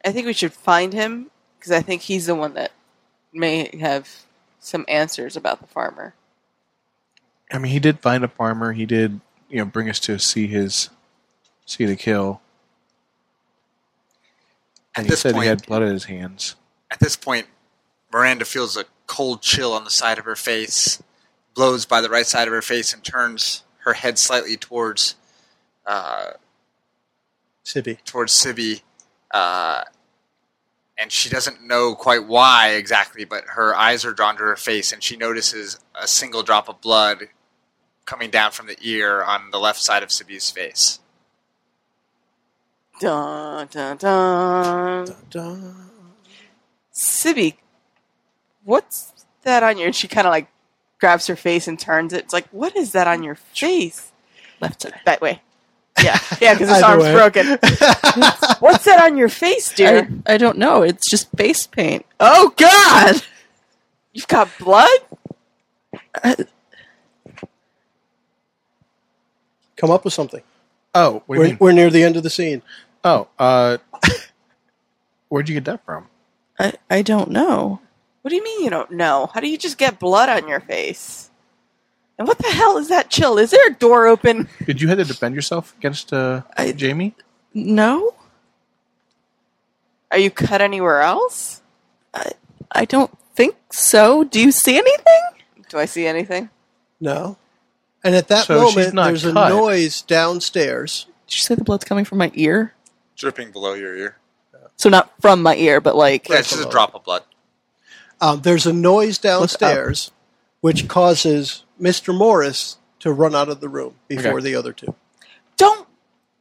Speaker 4: I think we should find him because I think he's the one that may have some answers about the farmer.
Speaker 3: I mean, he did find a farmer. He did, you know, bring us to see his, see the kill.
Speaker 9: At
Speaker 3: And he
Speaker 9: this
Speaker 3: said
Speaker 9: point,
Speaker 3: he had blood at his hands.
Speaker 9: at this point, Miranda feels a cold chill on the side of her face, blows by the right side of her face, and turns her head slightly towards uh,
Speaker 2: Sibby.
Speaker 9: towards Sibby, uh, and she doesn't know quite why exactly, but her eyes are drawn to her face, and she notices a single drop of blood coming down from the ear on the left side of Sibby's face.
Speaker 4: Dun dun dun.
Speaker 2: Dun.
Speaker 4: Sibby, what's that on your? And she kind of like grabs her face and turns it. It's like, what is that on your face?
Speaker 15: Left side.
Speaker 4: That way. Yeah, yeah, because his
Speaker 2: Either
Speaker 4: arm's
Speaker 2: way.
Speaker 4: broken. what's that on your face, dear?
Speaker 15: I, I don't know. It's just face paint. Oh God!
Speaker 4: You've got blood?
Speaker 2: Come up with something.
Speaker 3: Oh, what do you
Speaker 2: We're,
Speaker 3: mean?
Speaker 2: we're near the end of the scene.
Speaker 3: Oh, uh, where'd you get that from?
Speaker 15: I I don't know.
Speaker 4: What do you mean you don't know? How do you just get blood on your face? And what the hell is that chill? Is there a door open?
Speaker 3: Did you have to defend yourself against uh,
Speaker 15: I-
Speaker 3: Jamie?
Speaker 15: No,
Speaker 4: Are you cut anywhere else?
Speaker 15: I don't think so. Do you see anything?
Speaker 4: Do I see anything?
Speaker 2: No. And at that
Speaker 3: So she's
Speaker 2: moment,
Speaker 3: not
Speaker 2: there's
Speaker 3: cut.
Speaker 2: a noise downstairs.
Speaker 15: Did you say the blood's coming from my ear?
Speaker 9: dripping below your ear.
Speaker 15: So not from my ear, but like
Speaker 9: Yeah, it's just a drop of blood.
Speaker 2: Um, there's a noise downstairs, which causes Mr. Morris to run out of the room before
Speaker 3: Okay.
Speaker 2: the other two.
Speaker 4: Don't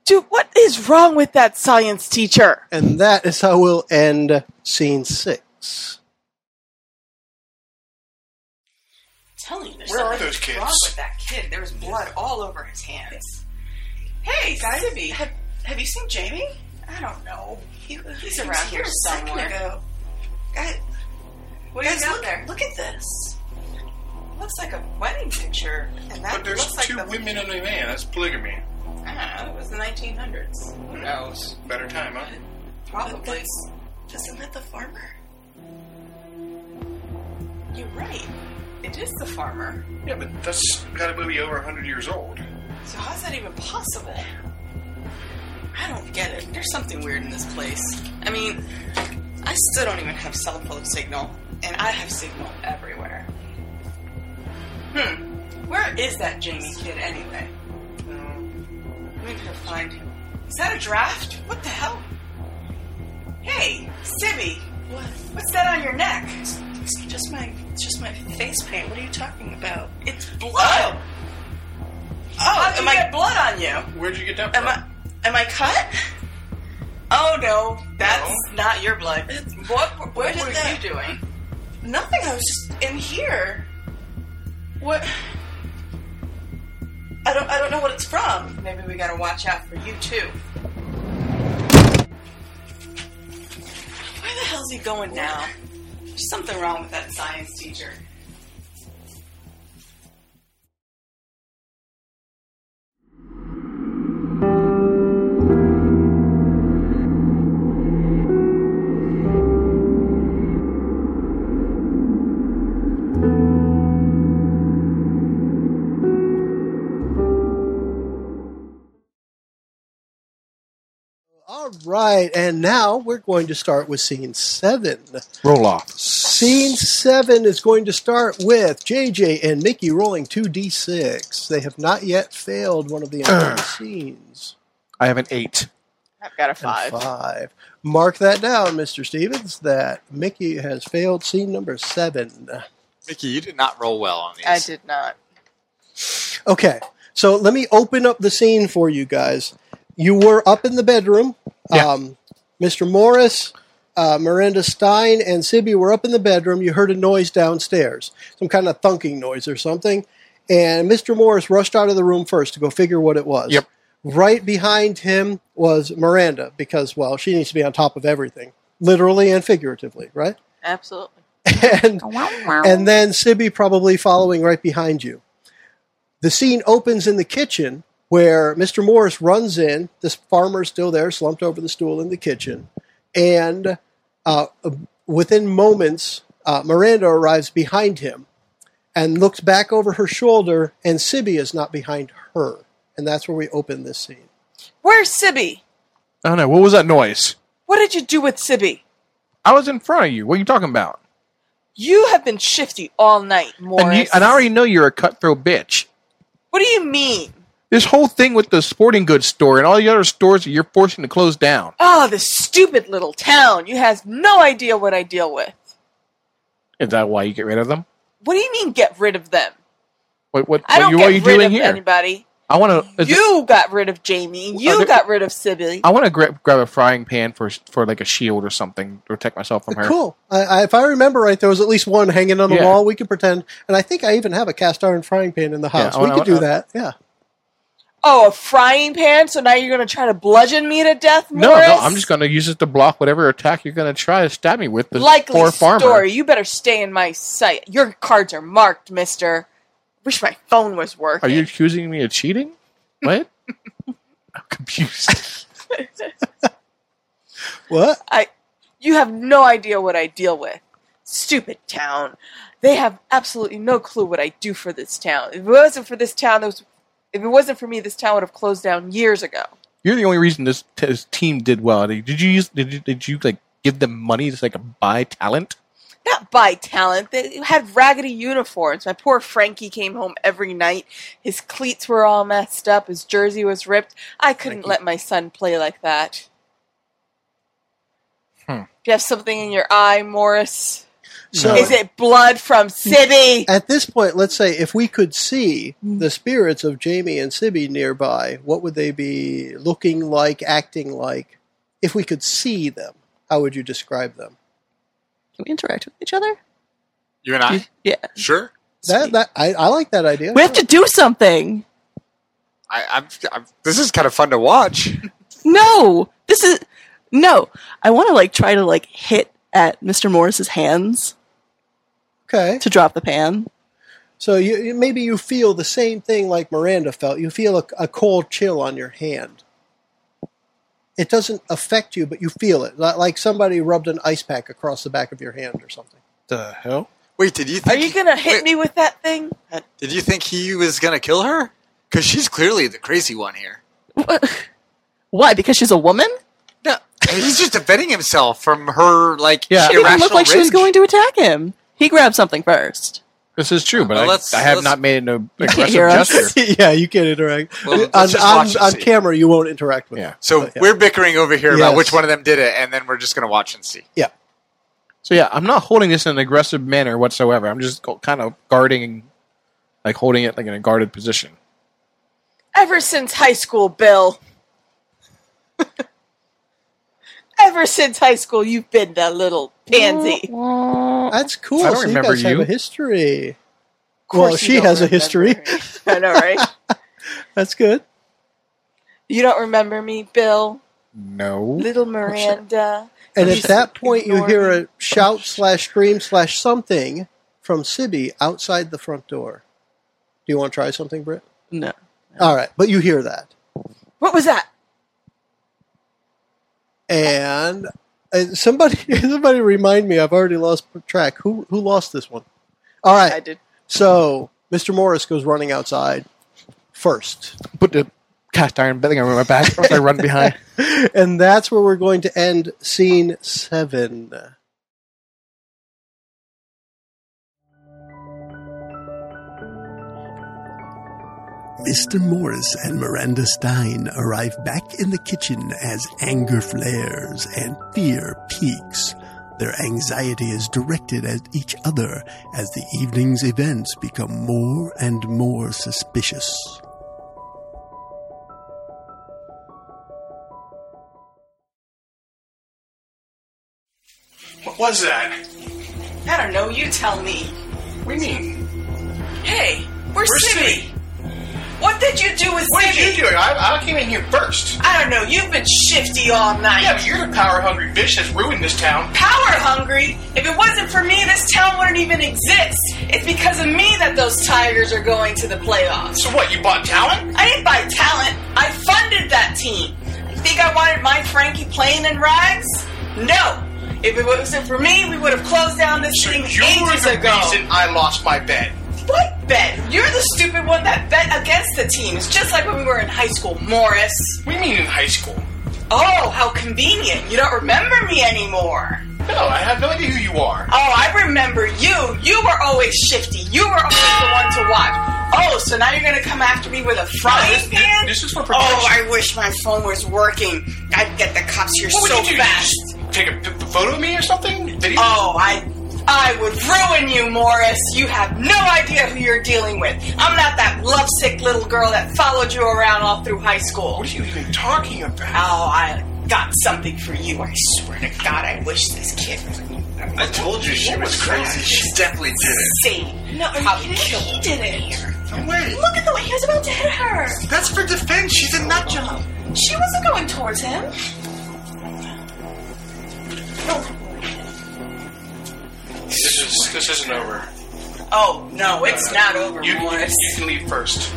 Speaker 4: do what is wrong with that science teacher?
Speaker 2: And that is how we'll end scene six.
Speaker 6: telling you, there's
Speaker 8: Where are
Speaker 6: something
Speaker 8: those kids?
Speaker 6: wrong with that kid. There was blood all over his hands. Hey, guys, have, have you seen Jamie? I don't know. He, he's around here, somewhere. A second ago. Guy- guys, look, look at this. Looks like a wedding picture, and that
Speaker 8: But there's
Speaker 6: looks like
Speaker 8: two
Speaker 6: the,
Speaker 8: women and a man. That's polygamy.
Speaker 6: I don't know, it Ah, was the 1900s,
Speaker 8: Who knows? Better time, huh?
Speaker 6: probably. Isn't that the farmer? You're right. It is the farmer.
Speaker 8: Yeah, but that's got to be over 100 years old.
Speaker 6: So how's that even possible? I don't get it. There's something weird in this place. I mean, I still don't even have cell phone signal, and I have signal everywhere. Hmm. Where is that Jamie kid anyway? Um, we need to find him. Is that a draft? What the hell? Hey, Sibby. What? What's that on your neck? It's, just my, it's just my face paint. What are you talking about? It's blood. Oh, am I get blood on you?
Speaker 8: Where'd you get that
Speaker 6: Am
Speaker 8: from?
Speaker 6: I am I cut? Oh no, that's not your blood. What? What
Speaker 8: did
Speaker 6: were
Speaker 8: that-
Speaker 6: you doing? Nothing. I was just in here. What? I don't. I don't know what it's from. Maybe we gotta watch out for you too. Where the hell's he going now? There's something wrong with that science teacher.
Speaker 2: All right, and now we're going to start with scene seven.
Speaker 3: Roll off.
Speaker 2: Scene seven is going to start with JJ and Mickey rolling 2d6. They have not yet failed one of the entire scenes.
Speaker 3: I have an eight.
Speaker 4: I've got a
Speaker 2: And
Speaker 4: five.
Speaker 2: Five. Mark that down, Mr. Stevens, that Mickey has failed scene number seven.
Speaker 9: Mickey, you did not roll well on these.
Speaker 4: I did not.
Speaker 2: Okay, so let me open up the scene for you guys. You were up in the bedroom.
Speaker 3: Yeah.
Speaker 2: Um, Mr. Morris, uh, Miranda Stein, and Sibby were up in the bedroom. You heard a noise downstairs, some kind of thunking noise or something. And Mr. Morris rushed out of the room first to go figure what it was.
Speaker 3: Yep.
Speaker 2: Right behind him was Miranda because, well, she needs to be on top of everything, literally and figuratively, right?
Speaker 4: Absolutely.
Speaker 2: and, and then Sibby probably following right behind you. The scene opens in the kitchen where Mr. Morris runs in. This farmer's still there, slumped over the stool in the kitchen. And uh, within moments, uh, Miranda arrives behind him and looks back over her shoulder, and Sibby is not behind her. And that's where we open this scene.
Speaker 4: Where's Sibby?
Speaker 3: I don't know. Oh, What was that noise?
Speaker 4: What did you do with Sibby?
Speaker 3: I was in front of you. What are you talking about?
Speaker 4: You have been shifty all night, Morris.
Speaker 3: And, you, and I already know you're a cutthroat bitch.
Speaker 4: What do you mean?
Speaker 3: This whole thing with the sporting goods store and all the other stores that you're forcing to close down.
Speaker 4: Oh, this stupid little town. You have no idea what I deal with.
Speaker 3: Is that why you get rid of them?
Speaker 4: What do you mean get rid of them?
Speaker 3: What what,
Speaker 4: I
Speaker 3: what
Speaker 4: don't
Speaker 3: you,
Speaker 4: get
Speaker 3: what are you
Speaker 4: rid
Speaker 3: doing
Speaker 4: of
Speaker 3: here?
Speaker 4: anybody.
Speaker 3: I want to.
Speaker 4: You got rid of Jamie.
Speaker 3: Are
Speaker 4: You
Speaker 3: there-
Speaker 4: got rid of Sibby.
Speaker 3: I want to grab grab a frying pan for for like a shield or something to protect myself from her.
Speaker 2: Cool. I, I, if I remember right, there was at least one hanging on the
Speaker 3: Yeah.
Speaker 2: wall. We could pretend, and I think I even have a cast iron frying pan in the house.
Speaker 3: I
Speaker 2: we
Speaker 3: wanna- uh,
Speaker 2: could do
Speaker 3: I-
Speaker 2: that. Yeah.
Speaker 4: Oh, a frying pan. So now you're gonna try to bludgeon me to death,
Speaker 3: No,
Speaker 4: Morris?
Speaker 3: no, I'm just going to use it to block whatever attack you're going to try to stab me with. This
Speaker 4: likely
Speaker 3: poor farmer.
Speaker 4: story. You better stay in my sight. Your cards are marked, Mister. Wish my phone was working.
Speaker 3: Are you accusing me of cheating? What? I'm confused.
Speaker 2: What?
Speaker 4: You have no idea what I deal with. Stupid town. They have absolutely no clue what I do for this town. If it wasn't for this town, there was, if it wasn't for me, this town would have closed down years ago.
Speaker 3: You're the only reason this, t- this team did well. Did you use? Did you, did you like give them money to like buy talent?
Speaker 4: Not by talent. They had raggedy uniforms. My poor Frankie came home every night. His cleats were all messed up. His jersey was ripped. I couldn't let my son play like that.
Speaker 3: Hmm.
Speaker 4: Do you have something in your eye, Morris?
Speaker 2: So
Speaker 4: Is it blood from Sibby?
Speaker 2: at this point, let's say if we could see
Speaker 6: Hmm.
Speaker 2: the spirits of Jamie and Sibby nearby, what would they be looking like, acting like? If we could see them, how would you describe them?
Speaker 6: Can we interact with each other?
Speaker 9: You and I?
Speaker 6: Yeah.
Speaker 9: Sure.
Speaker 2: That, that I, I like that idea.
Speaker 6: We have to do something.
Speaker 9: I, I'm, I'm, this is kind of fun to watch.
Speaker 6: No, this is no. I want to like try to like hit at Mr. Morris's hands
Speaker 2: Okay.
Speaker 6: to drop the pan.
Speaker 2: So you, you- maybe you feel the same thing like Miranda felt. You feel a, a cold chill on your hand. It doesn't affect you, but you feel it, Li- like somebody rubbed an ice pack across the back of your hand or something.
Speaker 3: The hell?
Speaker 9: Wait, did you
Speaker 4: Are
Speaker 9: think
Speaker 4: you gonna hit me with that thing?
Speaker 9: did you think he was gonna kill her? Because she's clearly the crazy one here.
Speaker 6: What? Why? Because she's a woman?
Speaker 9: No, he's just defending himself from her like
Speaker 3: Yeah. She
Speaker 6: It
Speaker 9: irrational
Speaker 6: didn't look like she was
Speaker 9: rage.
Speaker 6: going to attack him. He grabbed something first.
Speaker 3: This is true, but
Speaker 9: Well,
Speaker 3: I,
Speaker 9: let's-
Speaker 3: I have
Speaker 9: let's-
Speaker 3: not made an aggressive
Speaker 6: hear us.
Speaker 3: gesture.
Speaker 2: yeah, you can't interact
Speaker 9: Well, let's
Speaker 2: on,
Speaker 9: just
Speaker 2: on,
Speaker 9: watch and
Speaker 2: on
Speaker 9: see.
Speaker 2: camera. You won't interact with.
Speaker 3: Yeah.
Speaker 2: them.
Speaker 9: So
Speaker 2: But, Oh, yeah.
Speaker 9: we're bickering over here
Speaker 2: Yes.
Speaker 9: about which one of them did it, and then we're just gonna watch and see.
Speaker 3: So yeah, I'm not holding this in an aggressive manner whatsoever. I'm just go- kind of guarding, like holding it like in a guarded position.
Speaker 4: Ever since high school, Bill. Ever since high school, you've been that little pansy.
Speaker 2: that's cool.
Speaker 3: I don't
Speaker 2: so you
Speaker 3: remember
Speaker 2: guys have
Speaker 3: you.
Speaker 2: a history.
Speaker 4: Of course
Speaker 2: Well,
Speaker 4: you
Speaker 2: she
Speaker 4: don't
Speaker 2: has a
Speaker 4: remember
Speaker 2: history.
Speaker 4: me. I know, right?
Speaker 2: That's good.
Speaker 4: You don't remember me, Bill,
Speaker 3: No.
Speaker 4: little
Speaker 8: Oh,
Speaker 4: Miranda.
Speaker 2: And
Speaker 4: You
Speaker 2: at that point, you
Speaker 4: ignore
Speaker 2: hear
Speaker 4: me.
Speaker 2: a shout slash scream slash something from Sibby outside the front door. Do you want to try something, Britt?
Speaker 6: No.
Speaker 2: All right, but you hear that.
Speaker 4: What was that?
Speaker 2: and uh, somebody somebody remind me i've already lost track who who lost this one all
Speaker 4: I
Speaker 2: right
Speaker 4: did.
Speaker 2: so mr morris goes running outside first
Speaker 3: Put the cast iron bedding over my back. Or I run behind.
Speaker 2: and that's where we're going to end scene seven
Speaker 1: Mr. Morris and Miranda Stein arrive back in the kitchen as anger flares and fear peaks. Their anxiety is directed at each other as the evening's events become more and more suspicious.
Speaker 8: What was that?
Speaker 7: I don't know. You tell me.
Speaker 8: What do you mean?
Speaker 7: Hey, where's,
Speaker 8: Where's
Speaker 7: Sibby? What did you do with
Speaker 8: What
Speaker 7: Sibby?
Speaker 8: did you do? I, I came in here first.
Speaker 7: I don't know. You've been shifty all night.
Speaker 8: Yeah, but you're the power hungry bitch that's ruined this town.
Speaker 7: power hungry. If it wasn't for me, this town wouldn't even exist. It's because of me that those Tigers are going to the playoffs.
Speaker 8: So what? You bought talent?
Speaker 7: I didn't buy talent. I funded that team. You think I wanted my Frankie playing in rags? No. If it wasn't for me, we would have closed down this
Speaker 8: So
Speaker 7: team
Speaker 8: you're
Speaker 7: ages
Speaker 8: the
Speaker 7: ago.
Speaker 8: reason I lost my bet.
Speaker 7: What bet? You're the stupid one that bet against the team. It's just like when we were in high school, Morris.
Speaker 8: What do you mean in high school?
Speaker 7: Oh, how convenient. You don't remember me anymore.
Speaker 8: No, I have no idea who you are.
Speaker 7: Oh, I remember you. You were always shifty. You were always the one to watch. Oh, so now you're gonna come after me with a
Speaker 8: No,
Speaker 7: frying
Speaker 8: this-
Speaker 7: pan?
Speaker 8: this is for
Speaker 7: Oh,
Speaker 8: protection.
Speaker 7: I wish my phone was working. I'd get the cops here
Speaker 8: What would
Speaker 7: so
Speaker 8: you do?
Speaker 7: fast.
Speaker 8: Just Take a p- photo of me or something? Video?
Speaker 7: Oh, I I would ruin you, Morris. You have no idea who you're dealing with. I'm not that lovesick little girl that followed you around all through high school.
Speaker 8: What are you even talking about?
Speaker 7: Oh, I got something for you. I swear to God, I wish this kid was
Speaker 8: I told you she was crazy. She definitely did it.
Speaker 7: insane. No,
Speaker 16: He he did it.
Speaker 8: No way.
Speaker 16: Look at the way he was about to hit her.
Speaker 8: That's for defense. She's a nut job.
Speaker 16: She wasn't going towards him.
Speaker 8: This is this isn't over.
Speaker 7: Oh no, it's not over,
Speaker 8: You,
Speaker 7: Morris.
Speaker 8: you can leave first.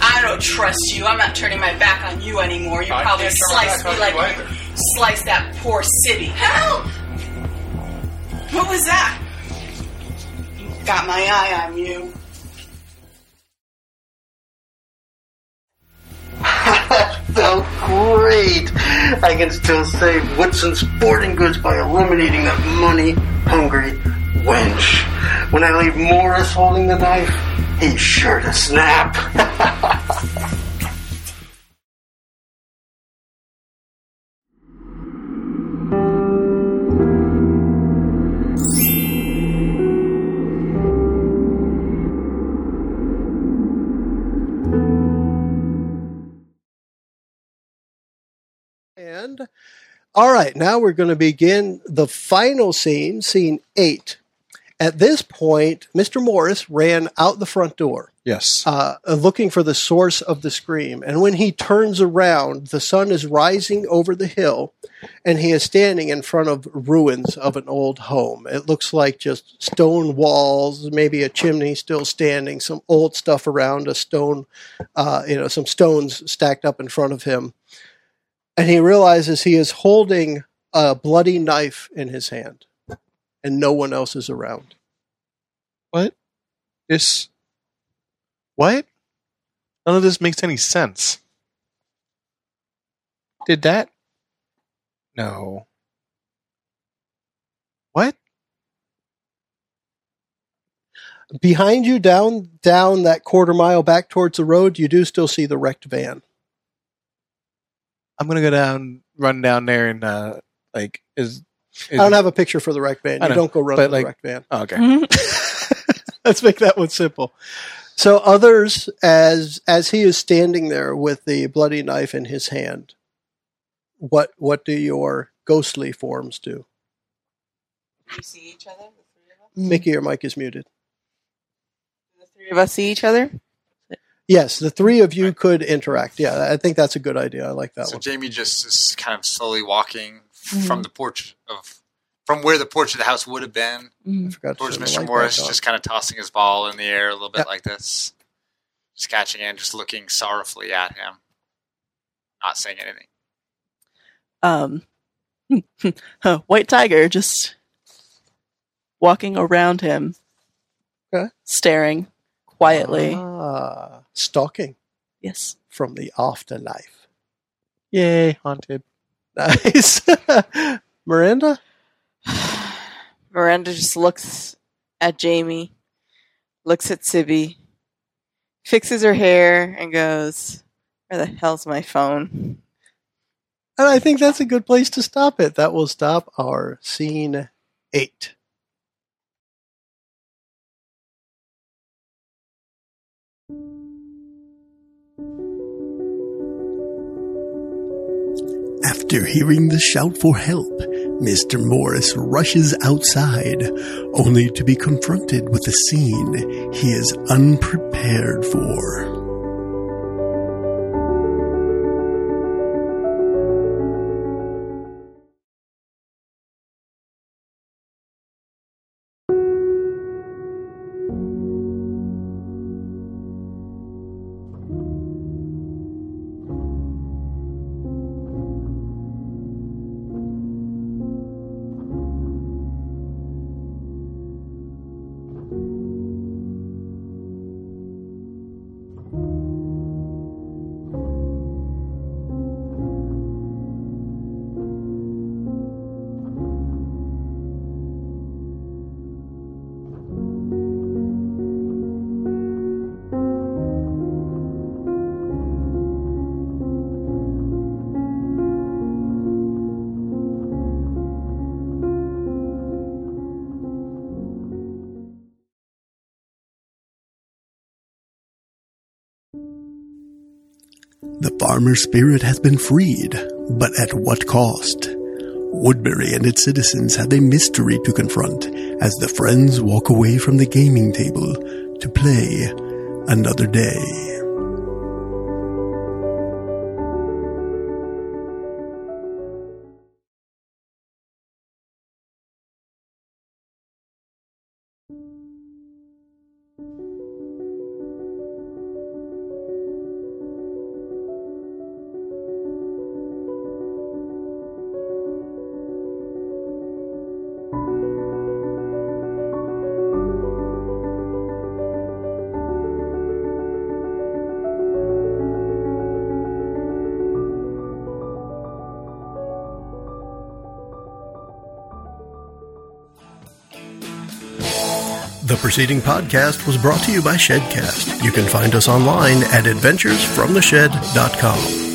Speaker 7: I don't trust you. I'm not turning my back on you anymore. You
Speaker 8: I
Speaker 7: probably
Speaker 8: can't turn my
Speaker 7: sliced
Speaker 8: back
Speaker 7: me
Speaker 8: on
Speaker 7: like
Speaker 8: you
Speaker 7: you sliced that poor city.
Speaker 16: Help!
Speaker 7: What was that? Got my eye on you.
Speaker 11: that felt great. I can still save Woodson Sporting Goods by eliminating that money hungry wench. When I leave Morris holding the knife, he's sure to snap.
Speaker 2: And all right, now we're going to begin the final scene, scene eight. At this point, Mr. Morris ran out the front door
Speaker 3: Yes.
Speaker 2: uh, looking for the source of the scream. And when he turns around, the sun is rising over the hill and he is standing in front of ruins of an old home. It looks like just stone walls, maybe a chimney still standing, some old stuff around, a stone, uh, you know, some stones stacked up in front of him. And he realizes he is holding a bloody knife in his hand and no one else is around.
Speaker 3: what? This. What? None of this makes any sense. Did that? No. What?
Speaker 2: behind you down down that quarter mile back towards the road you do still see the wrecked van
Speaker 3: I'm gonna go down, run down there, and uh like is.
Speaker 2: i don't have a picture for the wrecked van
Speaker 3: I
Speaker 2: you
Speaker 3: know,
Speaker 2: don't go run
Speaker 3: but
Speaker 2: to the
Speaker 3: like-
Speaker 2: wrecked van
Speaker 3: Oh, okay.
Speaker 2: let's make that one simple so others as as he is standing there with the bloody knife in his hand what what do your ghostly forms do
Speaker 4: We see each other. The three of us.
Speaker 2: mickey your mic is muted
Speaker 4: The three of us see each other.
Speaker 2: yes the three of you could interact yeah i think that's a good idea i like that
Speaker 9: so
Speaker 2: one
Speaker 9: Jamie just is kind of slowly walking
Speaker 6: Mm-hmm.
Speaker 9: from the porch of, from where the porch of the house would have been
Speaker 2: i forgot
Speaker 9: towards
Speaker 2: turn the
Speaker 9: Mr.
Speaker 2: light
Speaker 9: Morris,
Speaker 2: back on.
Speaker 9: just kind of tossing his ball in the air a little bit
Speaker 2: Yep.
Speaker 9: like this, just catching it and just looking sorrowfully at him, not saying anything.
Speaker 6: um, huh, white tiger just walking around him,
Speaker 2: Okay.
Speaker 6: staring quietly.
Speaker 2: ah, stalking
Speaker 6: yes.
Speaker 2: from the afterlife
Speaker 3: Yay, haunted.
Speaker 2: Nice. Miranda?
Speaker 4: Miranda just looks at Jamie, looks at Sibby, fixes her hair, and goes, "Where the hell's my phone?"
Speaker 2: And I think that's a good place to stop it. That will stop our scene eight.
Speaker 1: After hearing the shout for help, Mr. Morris rushes outside, only to be confronted with a scene he is unprepared for. farmer spirit hath been freed, but at what cost? Woodbury and its citizens have a mystery to confront as the friends walk away from the gaming table to play another day. The preceding podcast was brought to you by Shedcast. You can find us online at adventuresfromtheshed.com.